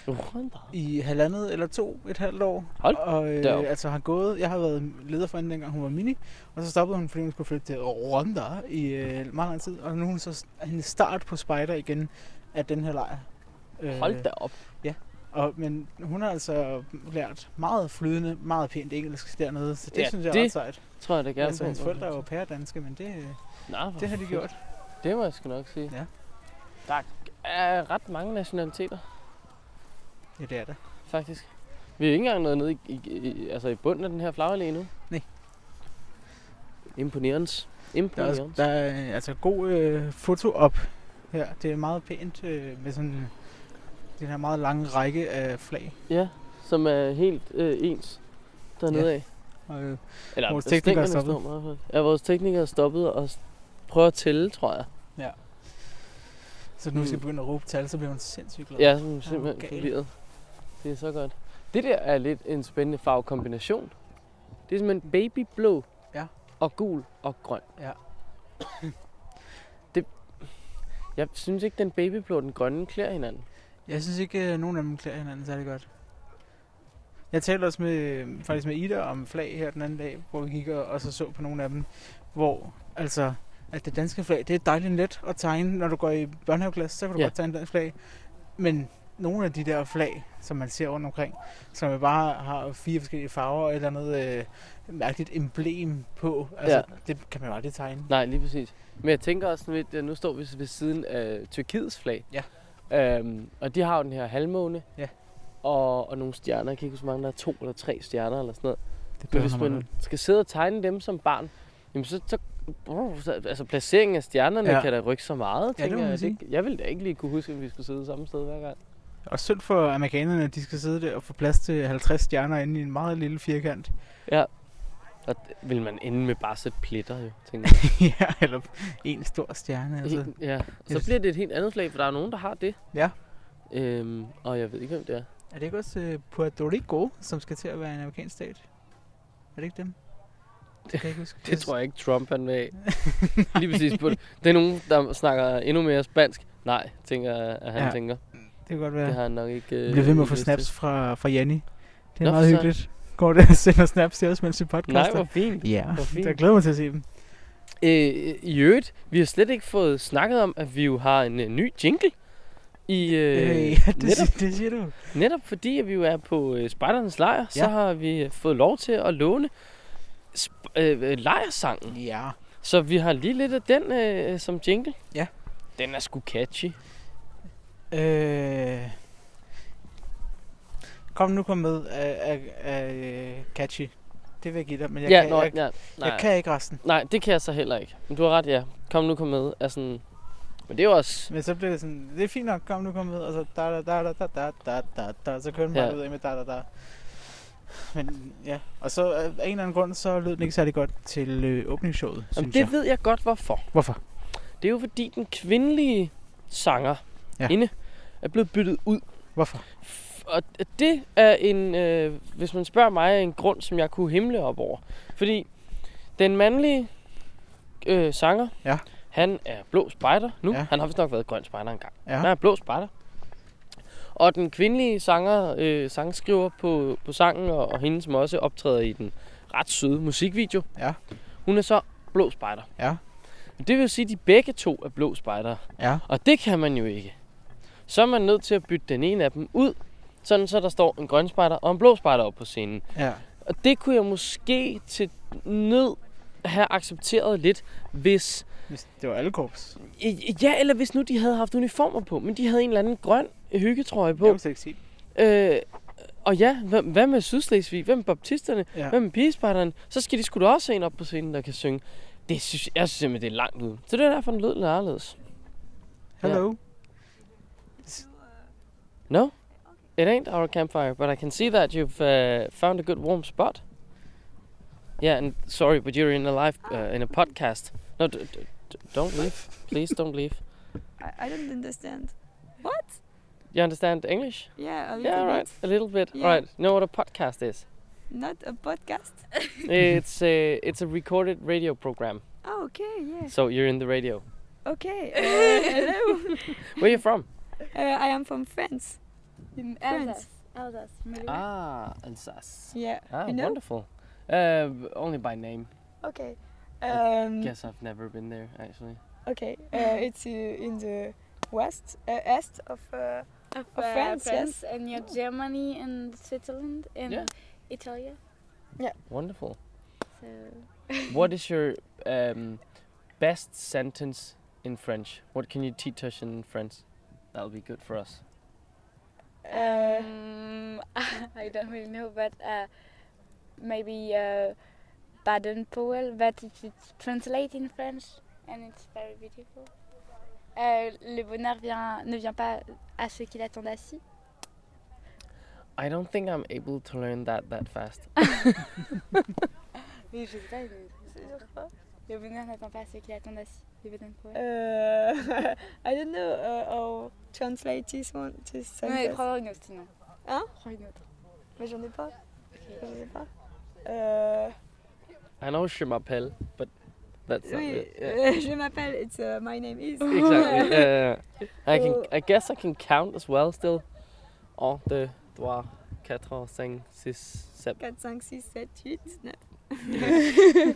B: Uh.
A: Rwanda?
B: i halvandet eller to, et halvt år.
A: Hold
B: og,
A: da op.
B: altså har gået, jeg har været leder for hende dengang hun var mini, og så stoppede hun, fordi hun skulle flytte til Rwanda i øh, meget lang tid. Og nu er hun så er hendes start på Spider igen af den her lejr. Øh,
A: Hold da op.
B: Og, men hun har altså lært meget flydende, meget pænt engelsk dernede, så det
A: Ja,
B: synes jeg
A: det
B: er ret sejt.
A: Tror jeg da gerne.
B: Altså,
A: på.
B: hendes forældre er jo pæredanske, men det, øh,
A: Nå, hvor
B: det har de
A: fedt.
B: gjort.
A: Det må jeg sgu nok sige.
B: Ja.
A: Der er ret mange nationaliteter,
B: Ja, det er det.
A: faktisk. Vi er jo ikke engang nået ned i, i, i, altså i bunden af den her flagerlæ endnu.
B: Nej.
A: Imponerende.
B: Der er, også-
A: Imponerende.
B: der er øh, altså god øh, foto op her. Det er meget pænt øh, med sådan øh, den her meget lange række af flag.
A: Ja, som er helt øh, ens dernede af.
B: Og, øh,
A: Eller
B: Vores tekniker er stoppet.
A: stoppet. Ja, vores tekniker er stoppet og s- prøver at tælle, tror jeg.
B: så nu skal
A: Mm.
B: jeg begynde at råbe tal, så bliver hun sindssygt glad.
A: Ja, som simpelthen
B: gal.
A: forvirret. Det er så godt. Det der er lidt en spændende farvekombination. Det er simpelthen babyblå
B: Ja.
A: og gul og grøn.
B: Ja.
A: det, jeg synes ikke, den babyblå og den grønne klæder hinanden.
B: Jeg synes ikke, at nogen af dem klæder hinanden særlig godt. Jeg talte også med, øh, faktisk med Ida om flag her den anden dag, hvor vi gik og, og så, så på nogle af dem, hvor altså, at det danske flag, det er dejligt let at tegne, når du går i børnehaveklasse, så kan du
A: Ja.
B: ja. godt tegne dansk flag. Men nogle af de der flag, som man ser rundt omkring, som jo bare har fire forskellige farver og et eller andet øh, mærkeligt emblem på, altså, ja. det kan man jo aldrig tegne.
A: Nej, lige præcis. Men jeg tænker også sådan lidt, øh, nu står vi ved siden af Tyrkiets flag.
B: Ja.
A: Øhm, og de har jo den her halvmåne.
B: Ja.
A: Og, og nogle stjerner. Jeg kan ikke huske, hvor mange der er to eller tre stjerner eller sådan noget.
B: Det
A: Men hvis man skal sidde og tegne dem som barn, jamen så, så, uh, så altså placeringen af stjernerne ja.
B: Ja.
A: kan da rykke så meget,
B: Ja, det
A: tænker
B: må man
A: jeg.
B: sige.
A: Det, jeg ville da ikke lige kunne huske, om vi skulle sidde samme sted hver gang.
B: Og synd for amerikanerne, at de skal sidde der og få plads til 50 stjerner inde i en meget lille firkant.
A: Og d- ville man ende med bare at sætte pletter, jo, tænker jeg.
B: ja, eller en stor stjerne. [LAUGHS] Altså.
A: Helt- ja. Og så
B: Yes.
A: bliver det et helt andet flag, for der er nogen, der har det.
B: Ja.
A: Øhm, og jeg ved ikke, hvem det er.
B: Er det ikke også øh, Puerto Rico, som skal til at være en amerikansk stat? Er det ikke dem? Det kan jeg ikke huske.
A: [LAUGHS] Det tror jeg ikke, Trump han vil
B: [LAUGHS]
A: af. Lige præcis på det. Det er nogen, der snakker endnu mere spansk. Nej, tænker jeg, at han ja.
B: Ja.
A: tænker.
B: Det kan godt
A: Det
B: være.
A: har han nok ikke...
B: Jeg
A: Øh,
B: bliver ved med at få
A: lyst til.
B: snaps fra, fra Janni. Det
A: Nå,
B: er Nå, meget
A: for
B: hyggeligt. Går der og sender snaps til os, mens vi
A: Nej,
B: podcaster?
A: hvor fint.
B: Ja,
A: hvor fint.
B: jeg glæder mig til at se dem.
A: Øh, I øvrigt, vi har slet ikke fået snakket om, at vi jo har en øh, ny jingle. I, øh,
B: Øh,
A: øh,
B: ja, det,
A: netop,
B: sig, det siger du.
A: netop fordi, at vi jo er på øh, Spejdernes Lejr, ja. så
B: Ja.
A: har vi øh, fået lov til at låne sp- øh, øh, lejrsangen.
B: Ja.
A: Så vi har lige lidt af den øh, som jingle.
B: Ja.
A: Den er sgu catchy.
B: Øh, kom nu, kom med af, af, af Catchy. Det vil jeg give dig, men jeg,
A: ja,
B: kan,
A: nå,
B: jeg,
A: ja, nej,
B: jeg kan ikke resten.
A: nej, det kan jeg så heller ikke. Men du har ret, ja. Kom nu, kom med. Er sådan, men det er jo også...
B: Men så blev det sådan, det er fint nok, kom nu, kom med, og så da da da da da da da da da, så kørte den bare
A: Ja.
B: ud af med da da da. Men ja, og så øh, af en eller anden grund, så lød den ikke særlig godt til øh, åbningsshowet,
A: Jamen,
B: synes
A: det
B: jeg.
A: ved jeg godt, hvorfor.
B: Hvorfor?
A: Det er jo fordi den kvindelige sanger ja.
B: Ja.
A: inde er blevet byttet ud.
B: Hvorfor?
A: F- Og det er en, øh, hvis man spørger mig, en grund, som jeg kunne himle op over. Fordi den mandlige øh, sanger,
B: Ja.
A: han er blå spejder nu.
B: Ja.
A: Han har vist nok været grøn spejder engang.
B: Ja.
A: Han er blå spejder. Og den kvindelige sanger, øh, sangskriver på, på sangen, og, og hende, som også optræder i den ret søde musikvideo,
B: Ja.
A: hun er så blå spejder.
B: Ja.
A: Men Det vil sige, at de begge to er blå spejdere.
B: Ja.
A: Og det kan man jo ikke. Så er man nødt til at bytte den ene af dem ud, sådan så der står en grøn spejder og en blå spejder op på scenen.
B: Ja.
A: Og det kunne jeg måske til nød have accepteret lidt, hvis...
B: Hvis det var alle korps.
A: Ja, eller hvis nu de havde haft uniformer på, men de havde en eller anden grøn hyggetrøje
B: Det var
A: på.
B: slet ikke sige.
A: Øh, og ja, hvad, hvad med Sydslesvig? Hvem med baptisterne?
B: Ja.
A: Hvem med pigespejderen? Så skal de sgu da også have en op på scenen, der kan synge. Det synes, jeg synes simpelthen, det er langt ud. Så det er derfor, den lød lidt anderledes.
B: Hello.
A: No, it ain't our campfire, but I can see that you've uh, found a good warm spot. Yeah, and sorry, but you're in a live uh, in a podcast. No, d- d- d- don't leave, please don't leave.
J: I, I don't understand.
A: You understand English?
J: Yeah, a little
A: yeah,
J: bit.
A: right, a little bit.
J: Yeah.
A: Right, know what a podcast is?
J: Not a podcast.
A: it's a it's a recorded radio program.
J: Oh, okay, yeah.
A: So you're in the radio.
J: [LAUGHS] Okay. Uh, hello.
A: Where are you from?
J: Uh, I am from France. In France.
K: Alsace.
A: Ah, Alsace.
J: Yeah,
A: Ah,
J: you know?
A: wonderful. Uh, only by name.
J: Okay.
A: I
J: Um,
A: guess I've never been there actually.
J: Okay. Uh, it's uh, in the west, uh, east of. Uh,
K: Of,
J: Of
K: uh,
J: France,
K: France,
J: yes.
K: and yeah, Germany and Switzerland and
A: Yeah.
K: Italy.
A: Wonderful.
J: [LAUGHS]
K: So
A: what is your um, best sentence in French? What can you teach us in French? That'll be good for us.
J: Uh,
K: um, [LAUGHS] I don't really know, but uh, maybe uh, Baden Powell, but it, it's translated in French and it's very beautiful. Euh, le bonheur vient, ne vient pas à ceux qui l'attendent assis.
A: I don't think I'm able to learn that that fast.
J: [LAUGHS]
K: Mais je sais pas. mais- Le bonheur n'attend pas à ceux qui l'attendent assis. Le Baden Powell.
J: uh, [LAUGHS] I don't know uh, how translate this one. This
K: mais
J: sentence.
K: prends une autre sinon.
J: Hein?
K: Prends une autre.
J: Mais j'en ai pas. J'en ai pas. Euh,
A: I know je m'appelle, but that's not
J: oui,
A: it.
J: euh, je m'appelle. It's uh, my name is.
K: Oh.
A: Exactly. yeah, yeah, yeah. I can.
J: So-
A: I guess I can count as well. Still, un, deux, trois, quatre, cinq, six, seven.
J: 4, 5, 6, 7, 8,
K: [LAUGHS]
J: 9.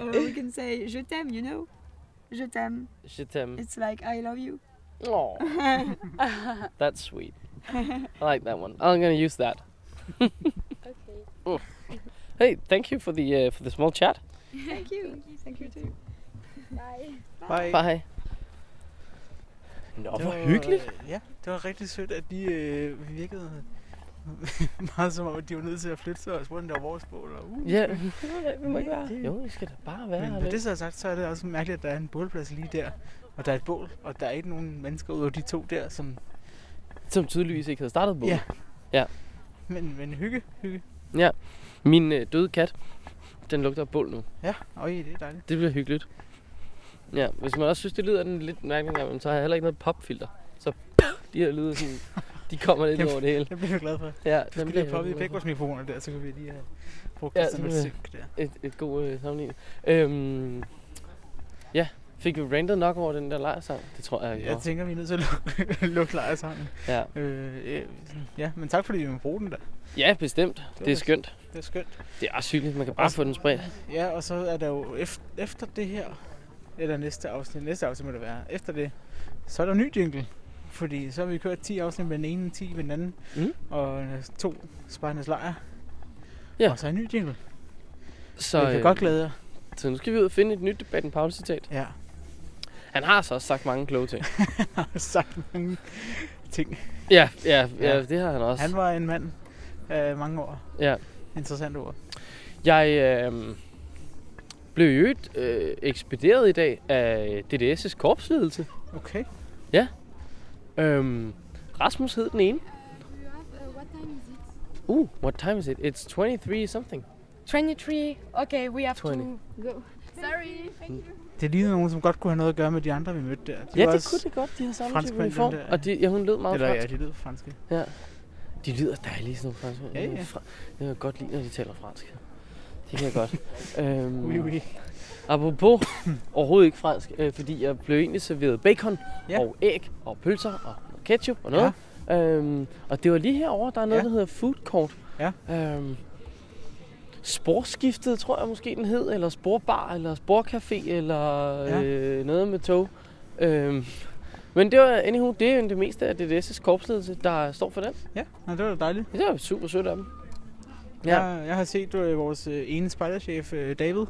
J: uh, we can say je t'aime, you know? Je t'aime.
A: Je t'aime.
J: It's like I love you.
A: Oh, that's sweet. I like that one. I'm gonna use that.
K: Okay.
A: Oh. Hey, thank you for the uh, for the small chat.
J: Thank you. Thank you too.
K: Bye.
A: Bye. Nå,
B: Det
A: hvor
B: var,
A: hyggeligt.
B: øh, Ja, det var rigtig sødt, at de øh, virkede [LAUGHS] meget som om, at de var nødt til at flytte sig og spurgte, om det var vores bål. Og, uh,
A: Ja, Oh
B: vi må ikke være.
A: Jo, det skal da bare være.
B: Men
A: her
B: med
A: lidt.
B: det så er sagt, så er det også mærkeligt, at der er en bålplads lige der, og der er et bål, og der er ikke nogen mennesker ud af de to der, som...
A: Som tydeligvis ikke havde startet på.
B: Ja.
A: Ja.
B: Men, men hygge, hygge.
A: Ja. Min øh, døde kat, den lugter af bål nu.
B: Ja, øj, det er dejligt.
A: Det bliver hyggeligt. Ja, hvis man også synes, det lyder den lidt mærkeligt, jamen, så har jeg heller ikke noget popfilter. Så de her lyde, sådan, de kommer lidt
B: Dem-
A: over det hele.
B: Dem bliver jeg glad for.
A: Ja,
B: du skal lige have poppet i begge vores mikrofoner der, så kan vi lige have brugt
A: Ja,
B: det som et
A: sådan, øh,
B: synk der.
A: et, et god øh, sammenligning. Øhm, ja, fik vi randet nok over den der lejrsang? Det tror jeg, jeg
B: Jeg tænker, vi er nødt til at lukke, [LAUGHS] lukke lejersangen.
A: Ja.
B: Øh, øh, ja, men tak fordi vi må bruge den der.
A: Ja, bestemt.
B: var
A: Det er
B: lidt-
A: skønt.
B: Det er skønt.
A: Det er også hyggeligt. Man kan bare få den spredt.
B: Ja, og så er der jo efter, efter det her, eller næste afsnit, næste afsnit må det være, efter det, så er der en ny jingle. Fordi så har vi kørt 10 afsnit med den ene, 10 med den anden,
A: Mm.
B: og øh, to spejdernes lejr.
A: Ja.
B: Og så en ny jingle.
A: Så, øh,
B: Jeg kan godt glæde jer.
A: Så nu skal vi ud og finde et nyt debatten Paul citat.
B: Ja. [LAUGHS]
A: Han har så også sagt mange kloge ting.
B: Jeg har sagt mange ting.
A: ja, ja, ja, det har han også.
B: Han var en mand af mange år.
A: Ja.
B: Interessant ord.
A: Jeg øh, blev i øvrigt øh, ekspederet i dag af DDS' korpsledelse.
B: Okay.
A: Ja. Øhm, Rasmus hed den ene. Uh, what time is it? It's 23 something.
K: 23. Okay, we have
A: 20.
K: to go. Sorry.
B: Det lignede nogen, som godt kunne have noget at gøre med de andre, vi mødte der.
A: ja,
B: var
A: det
B: også
A: kunne det godt. De har samme type
B: franskmænd, dem
A: uniform.
B: der.
A: Og de, ja, hun lød meget
B: Eller ja,
A: fransk.
B: de lyder franske.
A: Ja. De lyder dejlige, sådan nogle franskmænd.
B: Ja, ja.
A: Fra- Jeg kan godt lide, når de taler fransk. Det kan jeg
B: [LAUGHS]
A: godt. øhm,
B: Oui, oui.
A: Apropos overhovedet ikke fransk, øh, fordi jeg blev egentlig serveret bacon
B: Ja.
A: ja. og æg og pølser og noget ketchup og noget. Ja. Øhm, og det var lige herover der er noget, ja.
B: Ja.
A: der hedder food court.
B: Ja.
A: Øhm, sporskiftet, tror jeg måske den hed, eller sporbar, eller sporcafé, eller
B: Ja.
A: ja. øh, noget med tog. Øhm, men det var anywho, det er jo det meste af DDS' korpsledelse, der står for den.
B: Ja, Nå, det var da dejligt.
A: Det var super sødt af dem.
B: Ja.
A: Ja.
B: Jeg, jeg har set øh, vores øh, ene spejderchef, øh, David,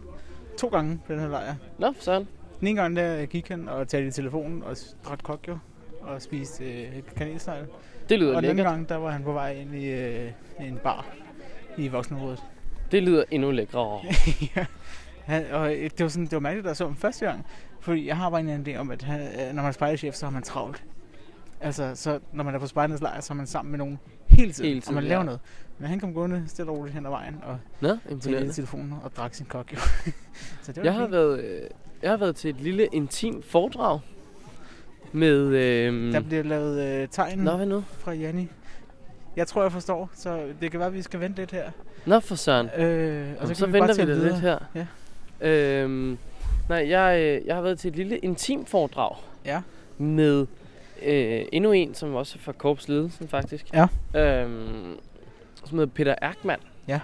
B: to gange på den her lejr.
A: Nå, sådan.
B: Den ene gang der øh, gik han og talte i telefonen og s- drak kok jo, og spiste øh, kanelsnegle.
A: Det lyder
B: Og den anden
A: lækkert.
B: gang, der var han på vej ind i øh, en bar i voksenrådet.
A: Det lyder endnu lækrere.
B: [LAUGHS] ja. Han, og øh, det var, sådan, det var mærkeligt, da jeg så ham første gang. Fordi jeg har bare en eller anden idé om, at han, øh, når man er spejderchef, så har man travlt. Altså, så når man er på spejdernes lejr, så er man sammen med nogen hele tiden,
A: Hele
B: og man
A: tiden,
B: laver
A: ja.
B: noget. Men han kom gående stille og roligt hen ad vejen, og
A: Nå,
B: talte i
A: imponerende.
B: telefonen og drak sin kok, jo. [LAUGHS] så det var
A: Jeg har,
B: fint.
A: været, øh, jeg har været til et lille intim foredrag med... Øh,
B: Der bliver lavet øh, tegn
A: Nå, hvad nu?
B: fra Janni. Jeg tror, jeg forstår, så det kan være, at vi skal vente lidt her.
A: Nå, for søren.
B: Øh,
A: Jamen,
B: kan
A: så
B: vi bare
A: venter vi
B: tale
A: da
B: videre.
A: lidt her.
B: Ja.
A: Øhm, Nej, jeg, øh, jeg har været til et lille intim foredrag.
B: Ja.
A: Med øh, endnu en, som også er fra korpsledelsen faktisk.
B: Ja.
A: Øhm, som hedder Peter Erkmann.
B: Ja.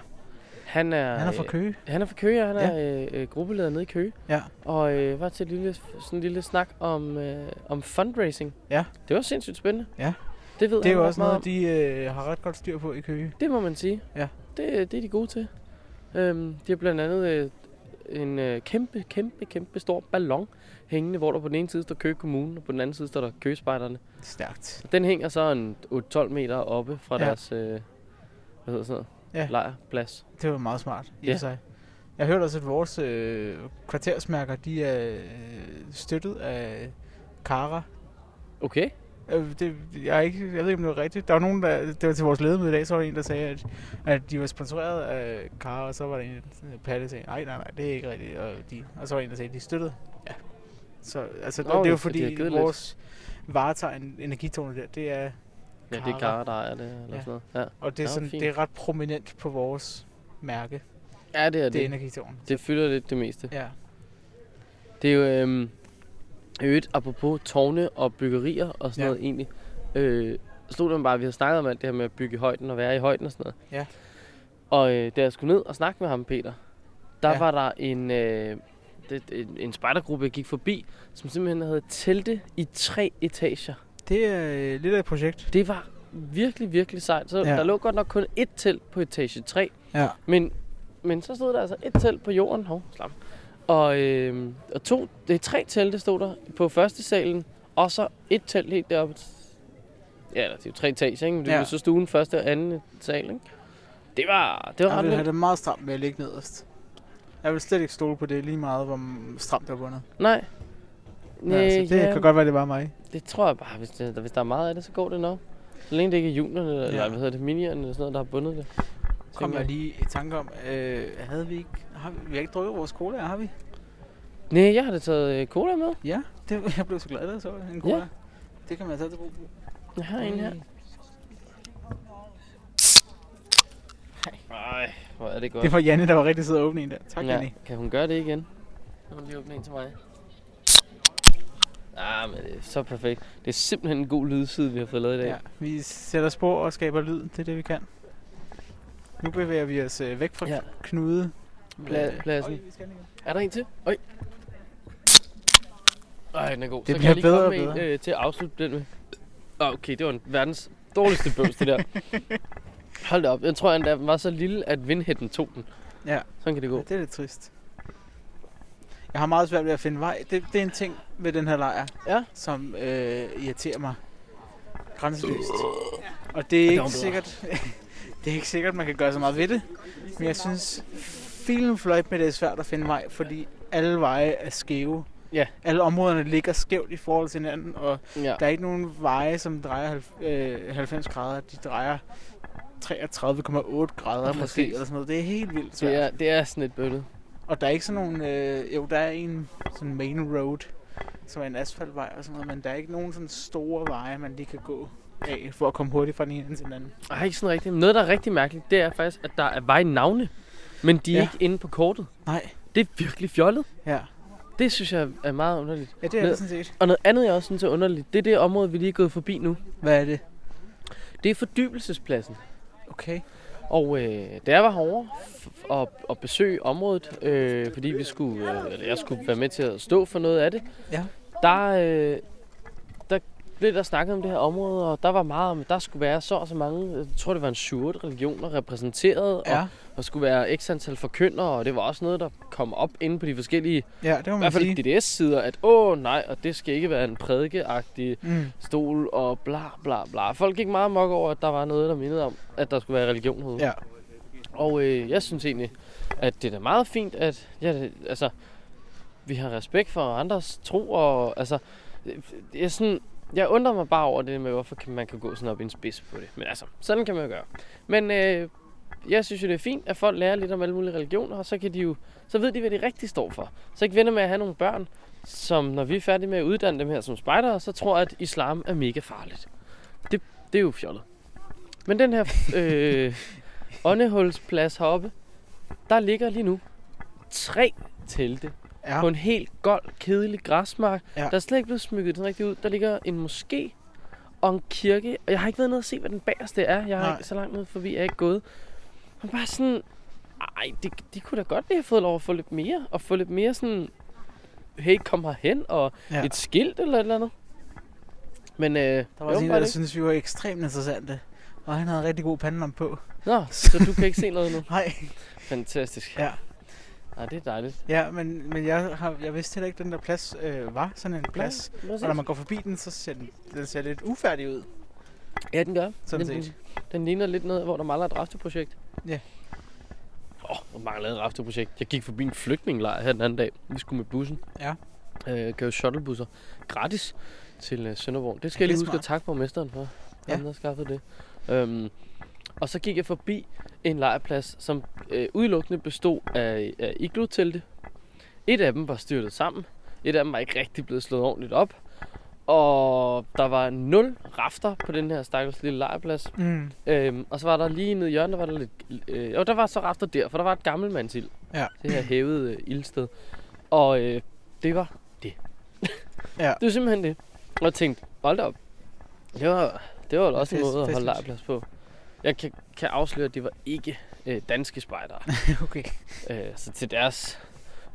A: Han er,
B: Han er fra
A: øh,
B: Køge.
A: Han er fra Køge, og han ja. er øh, øh, gruppeleder nede i Køge.
B: Ja.
A: Og øh, var til et lille, sådan en lille snak om, øh, om fundraising.
B: Ja.
A: Det var sindssygt spændende.
B: Ja.
A: Det ved
B: Det er
A: han
B: jo
A: ret
B: også
A: meget
B: noget,
A: om.
B: de øh, har ret godt styr på i Køge.
A: Det må man sige.
B: Ja.
A: Det, det er de gode til. Øhm, de har blandt andet øh, en øh, kæmpe, kæmpe, kæmpe stor ballon hængende, hvor der på den ene side står Køge Kommune, og på den anden side står der Køgespejderne.
B: Stærkt.
A: Den hænger så en 8-12 meter oppe fra
B: Ja.
A: ja. deres, øh, hvad hedder sådan
B: Ja.
A: noget, lejrplads.
B: Det var meget smart i
A: Ja.
B: ja. sig. Jeg hørte også, at vores øh, kvartersmærker, de er øh, støttet af Kara.
A: Okay.
B: Øh, det, jeg, er ikke, jeg ved ikke, om det var rigtigt. Der var nogen, der, det var til vores ledemøde i dag, så var der en, der sagde, at, at de var sponsoreret af Kara, og så var der en, Palle, der sagde, nej, nej, nej, det er ikke rigtigt. Og, de, og så var der en, der sagde, at de støttede. Ja. Så altså,
A: Nå,
B: det, det er
A: ja,
B: jo
A: så de har
B: fordi
A: givet lidt.
B: vores varetegn, energitone der, det er
A: Ja, det er Kara, der ejer det, eller sådan noget. Ja.
B: Og det er,
A: Nå,
B: sådan,
A: fint.
B: det er ret prominent på vores mærke.
A: Ja, det er det.
B: Det er energitårn.
A: Det fylder lidt det meste.
B: Ja.
A: Det er jo øhm, i øvrigt, apropos tårne og byggerier og sådan
B: Ja.
A: ja. noget egentlig. Øh, stod der bare, at vi havde snakket om alt det her med at bygge i højden og være i højden og sådan noget.
B: Ja.
A: Og øh, da jeg skulle ned og snakke med ham, Peter, der
B: Ja.
A: ja. var der en, øh, det, en, en spejdergruppe, jeg gik forbi, som simpelthen havde telte i tre etager.
B: Det er øh, lidt af et projekt.
A: Det var virkelig, virkelig sejt. Så
B: Ja.
A: ja. der lå godt nok kun ét telt på etage 3.
B: Ja.
A: Men, men så stod der altså et telt på jorden. Hov, slam. Og, øh, og to, det er tre telte stod der på første salen, og så et telt helt deroppe. Ja, eller det er jo tre etager, ikke? Men det
B: Ja.
A: ja. så stuen første og anden sal, ikke? Det var, det var
B: jeg
A: ret
B: ville have
A: vildt.
B: det meget stramt med at ligge nederst. Jeg vil slet ikke stole på det lige meget, hvor m- stramt det er bundet.
A: Nej.
B: Ja, altså, det kan godt være, det var mig.
A: Det tror jeg bare, hvis, det, hvis der er meget af det, så går det nok. Så længe det ikke er juniorerne, ja. eller hvad hedder det, minierne eller sådan noget, der har bundet det.
B: Kom
A: Tænker
B: jeg lige i tanke om, øh, havde vi ikke, har vi, vi har ikke drukket vores cola, har vi?
A: Nej, jeg har da taget øh, cola med.
B: Ja, [LAUGHS] det, jeg blev så glad, da jeg så en cola. Ja. Det kan man altså tage til brug.
A: Jeg har en her. Nej, hvor er det godt.
B: Det var Janne, der var rigtig sød at åbne en der. Tak,
A: ja.
B: Janne.
A: Kan hun gøre det igen? Nu må hun lige åbne en til mig. Ah, men det er så perfekt. Det er simpelthen en god lydside, vi har fået lavet i dag.
B: Ja, vi sætter spor og skaber lyd. Det er det, vi kan. Nu bevæger vi os øh, væk fra ja.
A: Ja.
B: knude. Øh,
A: Pla- pladsen. er der en til? Øj. Ej, den er god.
B: Det
A: så kan
B: bliver
A: jeg lige
B: bedre og
A: komme med
B: bedre.
A: En, øh, til at afslutte den med. Ah, Okay, det var en verdens dårligste bøvs, det
B: [LAUGHS]
A: der. Hold da op. Jeg tror endda, den var så lille, at vindhætten tog den.
B: Ja.
A: Sådan kan det gå.
B: Ja, det er lidt trist. Jeg har meget svært ved at finde vej. Det, det er en ting ved den her lejr,
A: ja.
B: som øh, irriterer mig grænseløst. Og det er ikke sikkert, [LAUGHS] det er ikke sikkert, man kan gøre så meget ved det. Men jeg synes, filen fløjt med det er svært at finde vej, fordi alle veje er skæve.
A: Ja.
B: Alle områderne ligger skævt i forhold til hinanden, og
A: Ja.
B: der er ikke nogen veje, som drejer halv- øh, 90 grader. De drejer 33,8 grader måske,
A: Præcis.
B: eller sådan noget. Det er helt vildt svært.
A: Det er, det er sådan et bøllet.
B: Og der er ikke sådan nogen... Øh, jo, der er en sådan main road, som er en asfaltvej og sådan noget, men der er ikke nogen sådan store veje, man lige kan gå af for at komme hurtigt fra den ene ende til den anden.
A: Nej, ikke sådan rigtigt. Noget, der er rigtig mærkeligt, det er faktisk, at der er vejnavne, men de er
B: Ja.
A: ja. ikke inde på kortet.
B: Nej.
A: Det er virkelig fjollet.
B: Ja.
A: Det synes jeg er meget underligt.
B: Ja, det er det sådan set.
A: Og noget andet, jeg også synes er underligt, det er det område, vi lige er gået forbi nu.
B: Hvad er det?
A: Det er fordybelsespladsen.
B: Okay.
A: Og øh, da jeg var herovre f- og, og besøge området, øh, fordi vi skulle, øh, eller jeg skulle være med til at stå for noget af det,
B: Ja.
A: der, øh, der blev der snakket om det her område, og der var meget om, at der skulle være så og så mange, jeg tror det var en 7 religioner repræsenteret,
B: Ja.
A: og, og skulle være x antal forkyndere, og det var også noget, der kom op inde på de forskellige,
B: Ja, det
A: i
B: må man
A: hvert fald
B: sige.
A: DDS-sider, at åh nej, og det skal ikke være en prædikeagtig
B: Mm.
A: stol og bla bla bla. Folk gik meget mok over, at der var noget, der mindede om, at der skulle være religion herude.
B: Ja.
A: Og øh, jeg synes egentlig, at det er da meget fint, at ja, det, altså, vi har respekt for andres tro. Og, altså, øh, jeg, er sådan, jeg undrer mig bare over det med, hvorfor kan man kan gå sådan op i en spids på det. Men altså, sådan kan man jo gøre. Men øh, jeg synes jo, det er fint, at folk lærer lidt om alle mulige religioner, og så, kan de jo, så ved de, hvad de rigtig står for. Så ikke venter med at have nogle børn, som når vi er færdige med at uddanne dem her som spejdere, så tror, at islam er mega farligt. Det, det er jo fjollet. Men den her øh, åndehulsplads heroppe, der ligger lige nu tre telte ja. på en helt gold, kedelig græsmark.
B: Ja.
A: Der er slet ikke blevet smykket den rigtig ud. Der ligger en moské og en kirke. Og jeg har ikke været nede og se, hvad den bagerste er. Jeg har
B: Nej.
A: ikke så langt ned forbi, jeg er ikke gået. Men bare sådan, ej, det, de kunne da godt lige have fået lov at få lidt mere. Og få lidt mere sådan, hey, kom herhen, og
B: Ja.
A: ja. et skilt eller et eller andet. Men øh, der
B: Der var også en, der synes vi var ekstremt interessante. Og han havde en rigtig god pandelamp på.
A: Nå, så du kan ikke se
B: [LAUGHS]
A: noget nu?
B: Nej.
A: Fantastisk.
B: Ja.
A: Ej, det er dejligt.
B: Ja, men, men jeg, har, jeg vidste heller ikke, at den der plads øh, var sådan en plads.
A: præcis.
B: og når man går forbi den, så ser den, den ser lidt ufærdig ud.
A: Ja, den gør.
B: Sådan
A: den,
B: set.
A: Den ligner lidt noget, hvor der mangler et rafteprojekt.
B: Ja.
A: Åh, oh, hvor mangler et rafteprojekt. Jeg gik forbi en flygtningelejr her den anden dag. Vi skulle med bussen.
B: Ja.
A: Øh, gav shuttlebusser gratis til øh, Sønderborg. Det skal
B: Det er
A: jeg lige
B: smart.
A: huske at takke borgmesteren for.
B: Ja.
A: Ja. Han har skaffet det. Øhm, og så gik jeg forbi en lejrplads, som øh, udelukkende bestod af, af iglo-telte. Et af dem var styrtet sammen. Et af dem var ikke rigtig blevet slået ordentligt op. Og der var nul rafter på den her stakkels lille lejrplads.
B: Mm.
A: Øhm, og så var der lige nede i hjørnet, der var der lidt... Øh, jo, der var så rafter der, for der var et gammelt mandsild.
B: Ja.
A: Det her hævede øh, ildsted. Og øh, det var det.
B: ja.
A: [LAUGHS] Det var simpelthen det. Og jeg tænkte, hold da op. Det var, det var da også en
B: Det er
A: måde at holde
B: fantastisk.
A: lejrplads på. Jeg kan, kan afsløre, at det var ikke øh, danske
B: [LAUGHS]
A: spejdere.
B: okay.
A: Øh, så til deres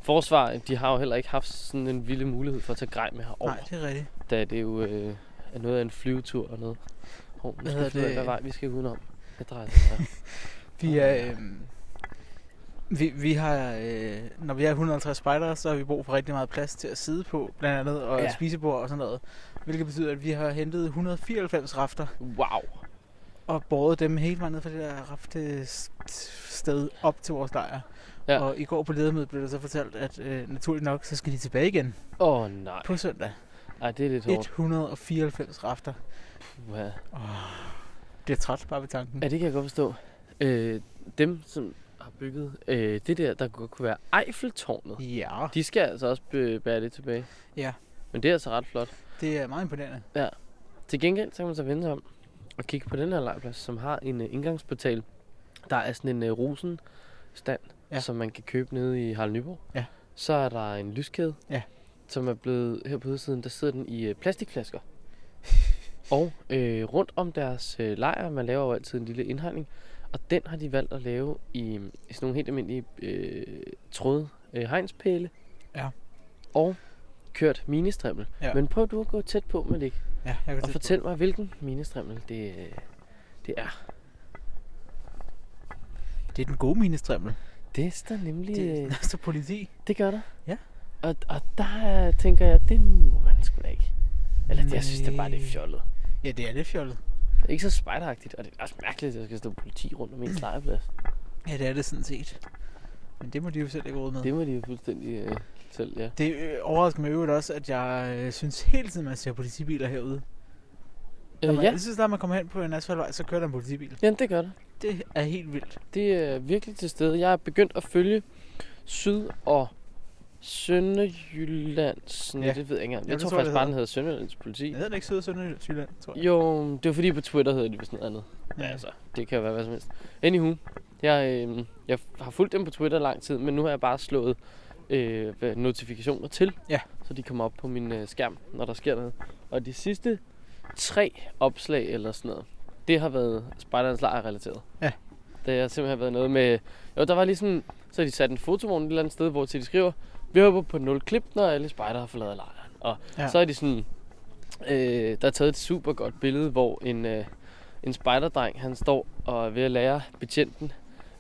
A: forsvar, de har jo heller ikke haft sådan en vilde mulighed for at tage grej med herover.
B: Nej, det er rigtigt.
A: Da det jo øh, er noget af en flyvetur og noget. Hov, nu
B: Hvad
A: skal vi
B: hedder
A: finde ud af,
B: det?
A: hvad vej vi skal udenom. Jeg drejer
B: [LAUGHS]
A: det her.
B: Vi er... Øh, vi, vi har, øh, når vi er 150 spejdere, så har vi brug for rigtig meget plads til at sidde på, blandt andet, og ja.
A: Ja.
B: spisebord og sådan noget. Hvilket betyder, at vi har hentet 194 rafter.
A: Wow.
B: Og båret dem helt meget ned fra det der raftested op til vores lejr. Ja.
A: Ja.
B: Og i går på ledermødet blev der så fortalt, at øh, naturligt nok, så skal de tilbage igen.
A: Åh oh, nej.
B: På søndag.
A: Ej, det er lidt hårdt.
B: 194 rafter.
A: Hvad?
B: Oh, bliver træt bare ved tanken.
A: Ja, det kan jeg godt forstå. Øh, dem, som har bygget øh, det der, der godt kunne være Eiffeltårnet.
B: Ja.
A: De skal altså også be- bære det tilbage.
B: Ja.
A: Men det er altså ret flot.
B: Det er meget imponerende.
A: Ja. Til gengæld så kan man så vende sig om og kigge på den her lejrplads, som har en uh, indgangsportal. Der er sådan en uh, rosenstand,
B: Ja.
A: ja. som man kan købe nede i Harald Nyborg.
B: Ja.
A: Så er der en lyskæde,
B: Ja.
A: som er blevet her på ydersiden. Der sidder den i uh,
B: [LAUGHS]
A: plastikflasker. og øh, rundt om deres øh, lejr, man laver jo altid en lille indhegning, og den har de valgt at lave i, mm, i sådan nogle helt almindelige øh, tråd øh, hegnspæle.
B: Ja.
A: Og kørt ministrimmel.
B: Ja.
A: Men prøv du at gå tæt på, Malik.
B: Ja, jeg går tæt
A: og
B: på. [LAUGHS]
A: fortæl mig, hvilken minestrimmel det, øh, det er.
B: Det er den gode minestrimmel.
A: Det står nemlig... Det,
B: der står politi.
A: Det gør der.
B: øh, Ja.
A: Og, og der øh, tænker jeg, det må man sgu da ikke. Eller det, jeg synes det bare, det er
B: Nej.
A: fjollet.
B: Ja, det er lidt fjollet.
A: Det er ikke så spejderagtigt, og det er også mærkeligt, at der skal stå politi rundt om ens legeplads.
B: Ja, det er det sådan set. Men det må de jo selv ikke råde med.
A: Det må de jo fuldstændig øh, selv, ja.
B: Det øh, overrasker mig i øvrigt også, at jeg øh, synes hele tiden, man ser politibiler herude. Når
A: Øh,
B: man,
A: ja.
B: Jeg synes, at man kommer hen på en asfaltvej, så kører der en politibil.
A: Jamen, det gør det.
B: Det er helt vildt.
A: Det er virkelig til stede. Jeg er begyndt at følge Syd- og Sønderjyllands... Ja.
B: Ja.
A: Det ved jeg ikke engang.
B: Ja,
A: Jeg
B: det
A: tror
B: tror jeg,
A: faktisk
B: det
A: bare,
B: hedder.
A: den hedder Sønderjyllands politi.
B: Jeg hedder den ikke Syd- og Sønderjylland, tror jeg.
A: Jo, det var fordi på Twitter hedder det vist noget andet. Ja.
B: Ja.
A: Altså, det kan jo være hvad som helst. Anywho, jeg, øh, jeg har fulgt dem på Twitter i lang tid, men nu har jeg bare slået øh, hvad- notifikationer til,
B: ja.
A: så de kommer op på min øh, skærm, når der sker noget. Og de sidste tre opslag eller sådan noget, det har været Spejderens Lejr relateret.
B: Ja.
A: Det har simpelthen været noget med... Jo, der var ligesom... Så har de sat en fotovogn et eller andet sted, hvor til de skriver, vi håber på nul klip, når alle spejdere har forladet lejren. Og
B: Ja.
A: ja. så er de sådan... Øh, der er taget et super godt billede, hvor en, øh, en spejderdreng, han står og er ved at lære betjenten,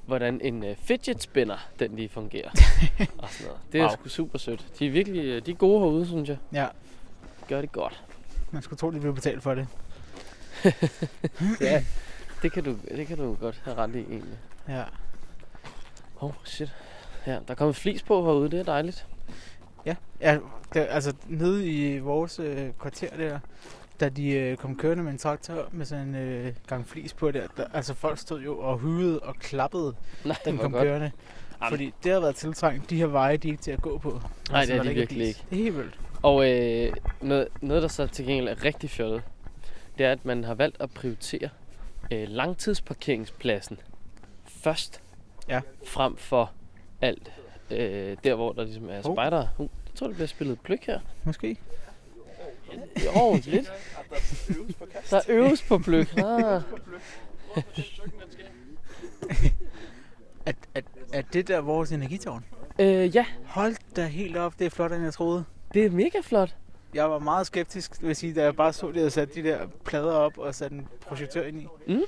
A: hvordan en øh, fidget spinner, den lige
B: [LAUGHS]
A: fungerer. og sådan noget. Det er wow.
B: Wow.
A: sgu super sødt. De er virkelig øh, de er gode herude, synes jeg.
B: Ja.
A: Gør det godt.
B: Man skulle tro, de blev betalt for det.
A: ja. Det kan, du, det kan du godt have ret i, egentlig.
B: Ja.
A: Oh, shit. Ja, der er kommet flis på herude, det er dejligt.
B: Ja, ja der, altså nede i vores øh, kvarter der, da de øh, kom kørende med en traktor med sådan en øh, gang flis på der, der, altså folk stod jo og hyvede og klappede,
A: Nej,
B: da de
A: hvor
B: kom
A: godt.
B: kørende.
A: Jamen.
B: Fordi det har været tiltrængt, de her veje, de er ikke til at gå på.
A: Nej, det er
B: når Altså, der
A: de
B: ikke
A: virkelig
B: flis.
A: ikke.
B: Det er helt vildt.
A: Og øh, noget, noget, der så til gengæld er rigtig fjollet, det er, at man har valgt at prioritere øh, langtidsparkeringspladsen først,
B: ja.
A: frem for alt øh, der hvor der ligesom er
B: Hov.
A: spejdere. Uh, jeg tror, det bliver spillet pløk her.
B: Måske.
A: [LAUGHS] Jo, lidt. Der øves på pløk. Ah.
B: Er, er, er det der vores energitårn?
A: Øh, ja.
B: Hold da helt op, det er flot, end jeg troede.
A: Det er mega flot.
B: Jeg var meget skeptisk, vil jeg sige, da jeg bare så, at de havde sat de der plader op og sat en projektør ind i.
A: Mm.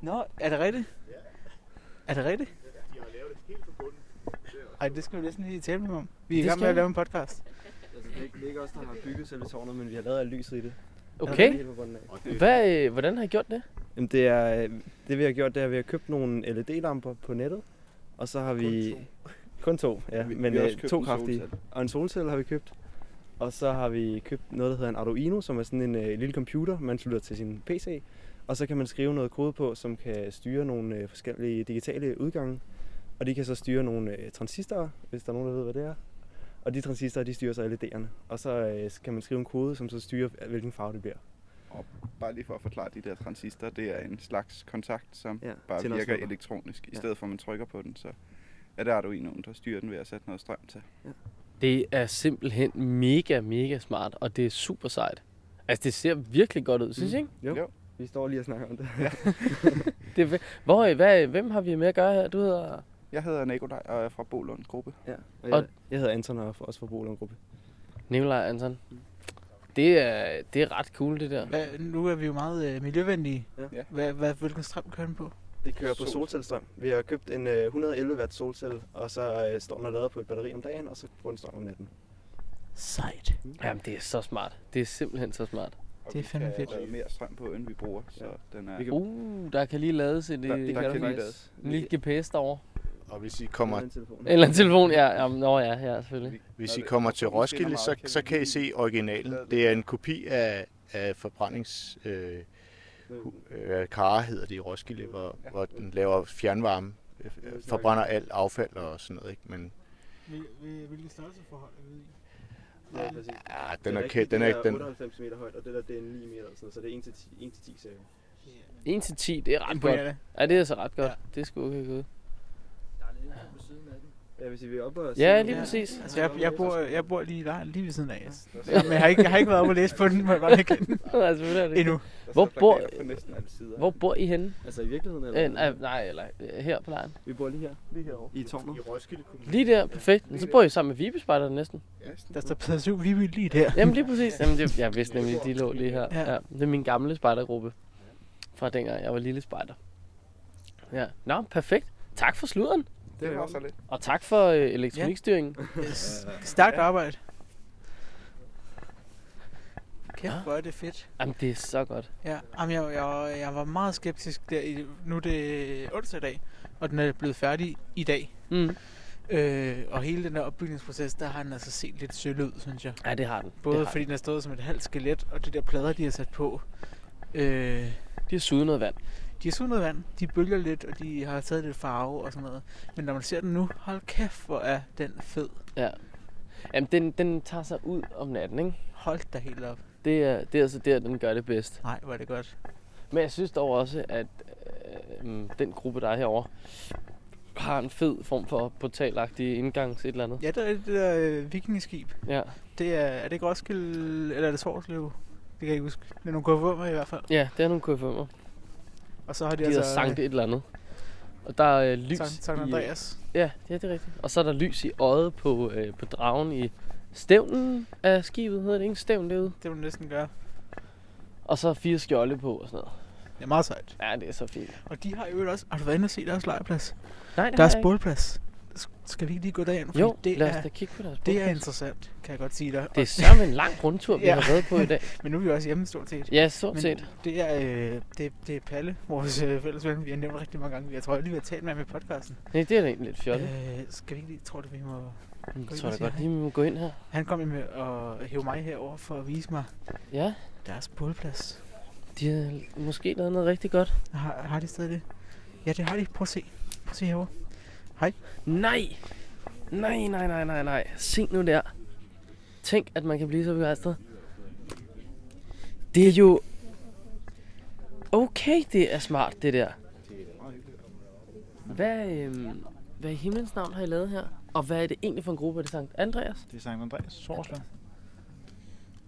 B: Nå, er det rigtigt? Er det rigtigt? Ej, det skal vi næsten lige tale med om. Vi er i
L: Det
B: gang med
L: skal
B: at
L: vi.
B: lave en podcast.
L: Altså, det er ikke- det er ikke os, der har bygget selve tårnet, men vi har lavet alt lyset i det. Det er
A: Okay.
L: helt på bunden af.
A: Hvad, øh, hvordan har I gjort det?
L: Jamen, det, er, øh, det vi har gjort, det er, at vi har købt nogle LED-lamper på nettet, og så har vi... Kun to. ja.
E: Vi-
L: men
E: vi har
L: øh,
E: også købt
L: to
E: en
L: kraftige.
E: solcelle.
L: Og en solcelle har vi købt. Og så har vi købt noget, der hedder en Arduino, som er sådan en øh, lille computer, man slutter til sin PC. Og så kan man skrive noget kode på, som kan styre nogle øh, forskellige digitale udgange. Og de kan så styre nogle øh, transistorer, hvis der er nogen, der ved, hvad det er. Og de transistorer, de styrer så LED'erne. Og så øh, kan man skrive en kode, som så styrer, hvilken farve det bliver.
M: Og bare lige for at forklare de der transistorer, det er en slags kontakt, som
L: Ja,
M: ja, bare
L: tænder og
M: virker
L: slukker.
M: elektronisk. I
L: Ja.
M: stedet for at man trykker på den, så er der Arduinoen, der styrer den ved at sætte noget strøm til. Ja.
A: Det er simpelthen mega, mega smart, og det er super sejt. Altså, det ser virkelig godt ud, synes I ikke?
L: Jo. jo. Vi står lige og snakker om det.
A: Det er, vi- hvor, øh, hvad, hvem har vi med at gøre her? Du hedder...
M: Jeg hedder Nikolaj og er fra Bolunds gruppe.
L: Ja.
A: Og jeg-
L: jeg hedder Anton og er også fra Bolund Gruppe.
A: Nikolaj Anton. Det er, det er ret cool, det der.
B: Hvad, nu er vi jo meget øh, miljøvenlige.
L: Ja.
B: Hvad, hvad, hvilken strøm kører den på?
L: Det kører på solcellestrøm. Vi har købt en øh, 111 watt solcelle, og så øh, står den og lader på et batteri om dagen, og så bruger den strøm om natten.
B: Sejt.
A: Jamen, det er så smart. Det er simpelthen så smart.
M: Og
B: Det er
M: vi
B: fandme
M: kan
B: fedt.
M: lade mere strøm på, end vi bruger, så den er...
A: Uh, der kan lige lades et...
M: Der-
A: øh,
M: der kan lige
A: faktisk
M: lades.
A: En lille GPS derovre.
N: Og hvis I kommer,
A: En eller anden telefon, ja. Jamen, nå ja, ja, selvfølgelig.
N: hvis I kommer til Roskilde, så, så kan I se originalen. Det er en kopi af, af forbrændings... Øh, hu- øh, Kara hedder det i Roskilde, hvor, hvor den laver fjernvarme, øh, forbrænder alt affald og sådan noget. Ikke? Men
B: Hvilke størrelseforhold er vi i?
L: Ja, præcis.
N: Ja,
D: Ah,
N: den er kæ- den er ikke-
L: den.
N: den-
L: 98 meter højt, og det der det er 9 meter, eller sådan, noget, så det er 1 til 10, 1 til 10 cirka.
A: 1 til 10, det er ret godt.
L: Imponerende.
A: Ja, det er så ret godt. Det er sgu okay gået. [LAUGHS]
L: Ja, hvis I vil op og
A: Ja, lige præcis.
B: Altså, jeg, jeg, bor, jeg bor lige der, lige ved siden af. Altså. Men jeg har, ikke, jeg har ikke været oppe og læse på den, må jeg godt erkende.
A: Nej, selvfølgelig er det ikke.
B: Endnu.
A: Hvor bor,
L: på næsten alle sider.
A: hvor bor I henne?
L: Altså i virkeligheden, eller
A: Øh, nej,
L: hvordan?
A: nej, eller øh, her på lejren.
L: Vi bor lige her. Lige herovre. I tårnet. I Roskilde Kommune.
A: Lige der, perfekt. Men så bor I sammen med Vibespejderne næsten.
B: Der står plads 7 Viby lige der.
A: Jamen lige præcis. Jamen, det, jeg vidste nemlig, de lå lige her.
B: Ja.
A: Ja. Ja, det er min gamle spejdergruppe. Fra dengang jeg var lille spejder. Ja. Nå, perfekt. Tak for sluderen.
M: Det var så lidt.
A: Og tak for øh, elektronikstyringen.
B: Yes. Stærkt arbejde. Kæft, hvor er det fedt.
A: Jamen, det er så godt.
B: Ja, jamen, jeg, jeg, jeg var meget skeptisk der. i- Nu er det onsdag i dag, og den er blevet færdig i dag.
A: Mm.
B: Øh, og hele den der opbygningsproces, der har den altså set lidt sølle ud, synes jeg.
A: Ja, det har den.
B: Både
A: Det har
B: fordi den har stået som et halvt skelet, og de der plader, de har sat på. Øh, de
A: har suget noget vand.
B: De har suget noget vand, de bølger lidt, og de har taget lidt farve og sådan noget. Men når man ser den nu, hold kæft, hvor er den fed.
A: Ja. Jamen, den, den tager sig ud om natten, ikke?
B: Hold da helt op.
A: Det er, det er altså der, den gør det bedst.
B: Nej, hvor er det godt.
A: Men jeg synes dog også, at øh, den gruppe, der er herovre, har en fed form for portalagtig indgangs et eller andet.
B: Ja, der er det der øh, vikingeskib.
A: Ja.
B: Det er, er det ikke Roskilde, eller er det Sorslev? Det kan jeg ikke huske. Det er nogle kurver med i hvert fald.
A: Ja, det er nogle KFM'er.
B: Og så har de
A: de
B: altså,
A: hedder Sankt
B: øh,
A: et eller andet. Og der er øh, lys
B: Sankt- Sankt
A: i, øh,
B: Andreas.
A: Ja, ja, det er rigtigt. Og så er der lys i øjet på, øh, på dragen i stævnen af skibet, hedder det ikke? Stævn derude.
B: Det må du næsten gøre.
A: Og så fire skjolde på og sådan noget.
B: Det er meget sejt.
A: Ja, det er så fint.
B: Og de har jo også... Har du været inde og se deres legeplads?
A: Nej, det har
B: Deres
A: jeg ikke.
B: bålplads. S- Skal vi ikke lige gå derind? Fordi
A: Jo,
B: det
A: lad os
B: er,
A: da kigge på deres
B: Det er
A: bålplads.
B: interessant, kan jeg godt sige dig.
A: Det er sørme en lang rundtur, vi har været på i dag.
B: Men nu er vi også hjemme stort set.
A: Ja, stort
B: Men
A: set.
B: Det er, øh, det, det er Palle, vores øh, fælles ven, vi har nævnt rigtig mange gange. Jeg tror, jeg lige har talt med ham i podcasten.
A: Nej, det er da egentlig lidt fjollet.
B: Øh, skal vi ikke lige... Tror du, vi må... gå
A: Jeg
B: ind
A: tror
B: og
A: da
B: sige
A: godt
B: hej?
A: lige, vi må gå ind her.
B: Han kom jo med og hæve mig herover for at vise mig
A: Ja.
B: deres bålplads.
A: De har måske lavet noget rigtig godt.
B: Har, har de stadig det? Ja, det har de. Prøv at se. Prøv at se herovre. Hej.
A: Nej! Nej, nej, nej, nej, nej. Se nu der. Tænk, at man kan blive så begejstret. Det er jo... Okay, det er smart, det der. Hvad, øhm, hvad i himlens navn har I lavet her? Og hvad er det egentlig for en gruppe? Er det Sankt Andreas?
D: Det er Sankt Andreas, Sorsland.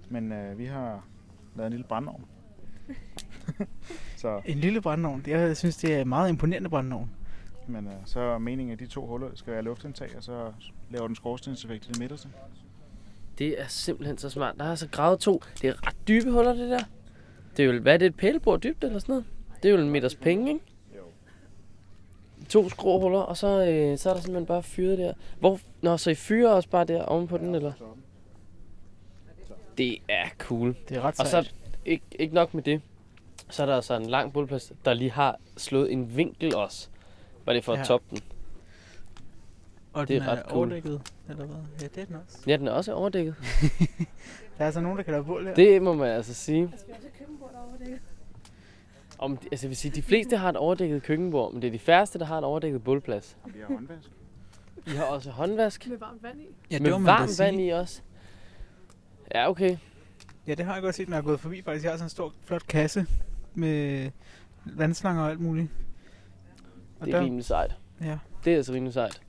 D: Men øh, vi har lavet en lille brandovn. så,
B: En lille brandovn. Jeg synes, det er en meget imponerende brandovn.
D: men øh, så er meningen, at de to huller skal være luftindtag, og så laver den skorstenseffekt i det midterste.
A: Det er simpelthen så smart. Der er så gravet to. Det er ret dybe huller, det der. Det er jo, hvad er det, et pælebord dybt eller sådan noget? Det er jo en meters penge, ikke? To skrå huller, og så, øh, så er der simpelthen bare fyret der. Hvor, nå, så I fyrer også bare der ovenpå den, eller? Det er cool.
B: Det er ret
A: Og så, ikke, ikke nok med det, så er der altså en lang boldplads, der lige har slået en vinkel også. Bare det for ja.
B: Ja.
A: at toppe den.
B: Og
A: det er
B: den
A: ret
B: er
A: cool.
B: overdækket, eller hvad? Ja, det er den også.
A: Ja, den er også overdækket.
B: Der er altså nogen, der kan lave bål her.
A: Det må man altså sige.
J: vi også køkkenbord over det?
A: Om, altså, jeg vil sige, de fleste har et overdækket køkkenbord, men det er de færreste, der har en overdækket bålplads.
D: Vi har håndvask.
A: I har også håndvask.
J: Med varmt vand i.
A: Ja, det med
B: må man da
A: varmt
B: sige.
A: vand i også. Ja, okay.
B: Ja, det har jeg godt set, når jeg er gået forbi. Faktisk, jeg har sådan en stor, flot kasse med vandslanger og alt muligt. Og
A: Det er rimelig sejt.
B: Ja.
A: Det er altså rimelig sejt.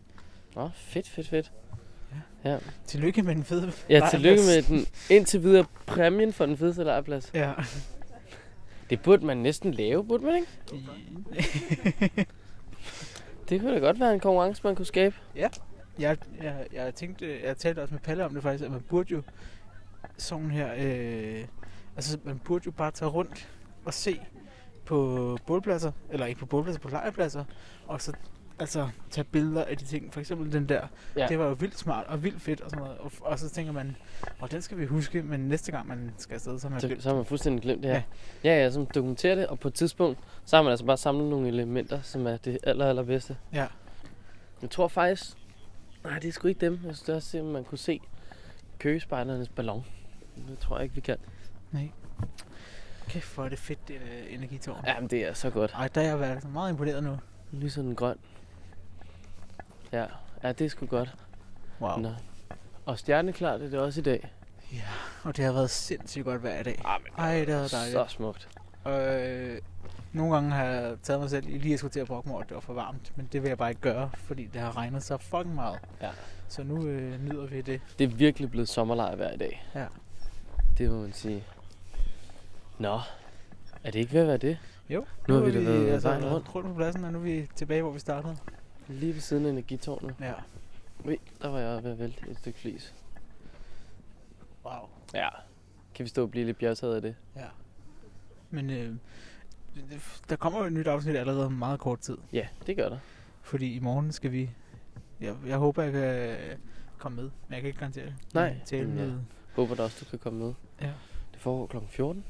A: Nå, fedt, fedt, fedt. Ja.
B: Tillykke med den fede
A: Ja, tillykke med
B: legeplads.
A: den indtil videre præmien for den fedeste legeplads.
B: Ja.
A: Det burde man næsten lave, burde man ikke? det kunne da godt være en konkurrence, man kunne skabe.
B: Ja. Jeg, jeg, jeg tænkte, jeg talte også med Palle om det faktisk, at man burde jo sådan her, øh, altså man burde jo bare tage rundt og se på bålpladser, eller ikke på bålpladser, på lejrpladser, og så altså tage billeder af de ting, for eksempel den der,
A: Ja.
B: ja. det var jo vildt smart og vildt fedt og sådan noget, og, og så tænker man, og den skal vi huske, men næste gang man skal afsted, så er man
A: Så,
B: glemt.
A: så har man fuldstændig glemt det her. Ja, ja, ja så dokumenterer det, og på et tidspunkt, så har man altså bare samlet nogle elementer, som er det aller, allerbedste.
B: Ja.
A: Jeg tror faktisk, nej, det er sgu ikke dem. Jeg synes også, at man kunne se køgespejdernes ballon. Det tror jeg ikke, vi kan.
B: Kæft, hvor er det fedt, det øh, energitårn.
A: Jamen, det er så godt.
B: Ej, der er jeg været altså meget imponeret nu.
A: Lyser den grøn. Ja, ja det er sgu godt.
B: Wow.
A: Nå. Og stjerneklart er det også i dag.
B: Og det har været sindssygt godt vejr i dag. Ej, Ah, det har været dejligt.
A: Så smukt.
B: Og øh, nogle gange har jeg taget mig selv i lige at skulle til at brokke mig, over, at det var for varmt. Men det vil jeg bare ikke gøre, fordi det har regnet så fucking meget.
A: Ja.
B: Så nu øh, nyder vi det.
A: Det er virkelig blevet sommerlejr hver dag.
B: Ja.
A: Det må man sige. Nå, er det ikke ved at være det?
B: Jo.
A: Nu har vi da været
B: altså,
A: vejen rundt.
B: rundt på pladsen, og nu er vi tilbage, hvor vi startede.
A: Lige ved siden af energitårnet.
B: Ja.
A: Ui, der var jeg ved at vælte et stykke flis.
B: Wow.
A: Ja. Kan vi stå og blive lidt bjergtaget af det?
B: Ja. Men øh, der kommer jo et nyt afsnit allerede om meget kort tid.
A: Ja, det gør der.
B: Fordi i morgen skal vi... Jeg, jeg håber, jeg kan komme med, men jeg kan ikke garantere det.
A: Nej,
B: Men Tale
A: men
B: med...
A: jeg håber da også, du kan komme med.
B: Ja.
A: Det foregår kl. 14.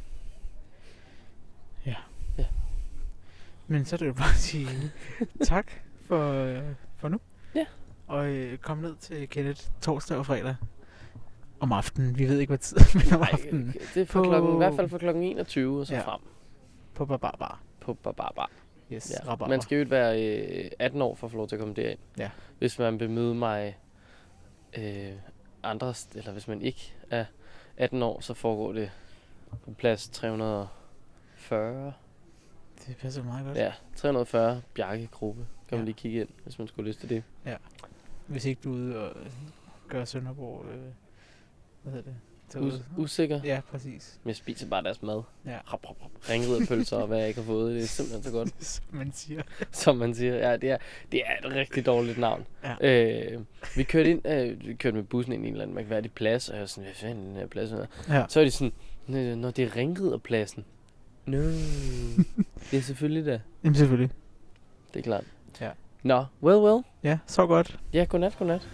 B: Ja.
A: Ja.
B: Men så er det jo bare at sige tak for, øh, for nu.
A: Ja.
B: Og øh, kom ned til Kenneth torsdag og fredag om aftenen. Vi ved ikke, hvad tid, [LAUGHS] men om aftenen.
A: Det er fra klokken, i hvert fald fra klokken 21 og så ja.
B: Ja.
A: frem.
B: På Barbar Bar.
A: På Barbar Bar.
B: Yes, rabarber.
A: Man skal jo ikke være øh, 18 år for at få lov til at komme derind.
B: Ja.
A: Hvis man vil møde mig øh, andre, st- eller hvis man ikke er 18 år, så foregår det på plads 340.
B: Det passer meget godt.
A: Ja, 340 Bjarke-gruppe. Kan man lige kigge ind, hvis man skulle have lyst til det.
B: Ja. Hvis ikke du er ude og gør Sønderborg... Øh, hvad hedder det? Tager
A: Us-
B: ud.
A: usikker?
B: Ja, præcis.
A: Men jeg spiser bare deres mad.
B: Ja.
A: Rap, rap, rap. Ringrid og pølser og hvad jeg ikke har fået. Det er simpelthen så godt.
B: [LAUGHS] Som man siger.
A: Som man siger. Ja, det er, det er et rigtig dårligt navn.
B: Ja.
A: Øh, vi kørte ind, øh, vi kørte med bussen ind i en eller anden mærkværdig plads, og jeg var sådan, hvad fanden er den her plads?
B: Ja.
A: Så er de sådan, "Nå, når det er Ringrid og pladsen. Nå,
B: [LAUGHS]
A: det er selvfølgelig det.
B: Jamen selvfølgelig.
A: Det er klart.
B: Ja.
A: Nå, well, well.
B: Ja, så godt.
A: Ja, godnat, godnat.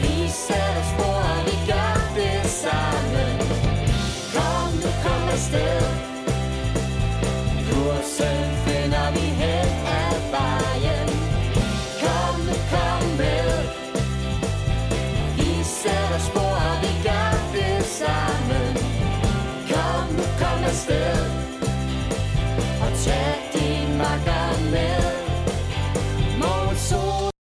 J: Vi sætter spor, og vi gør det sammen. Kom nu, kom afsted.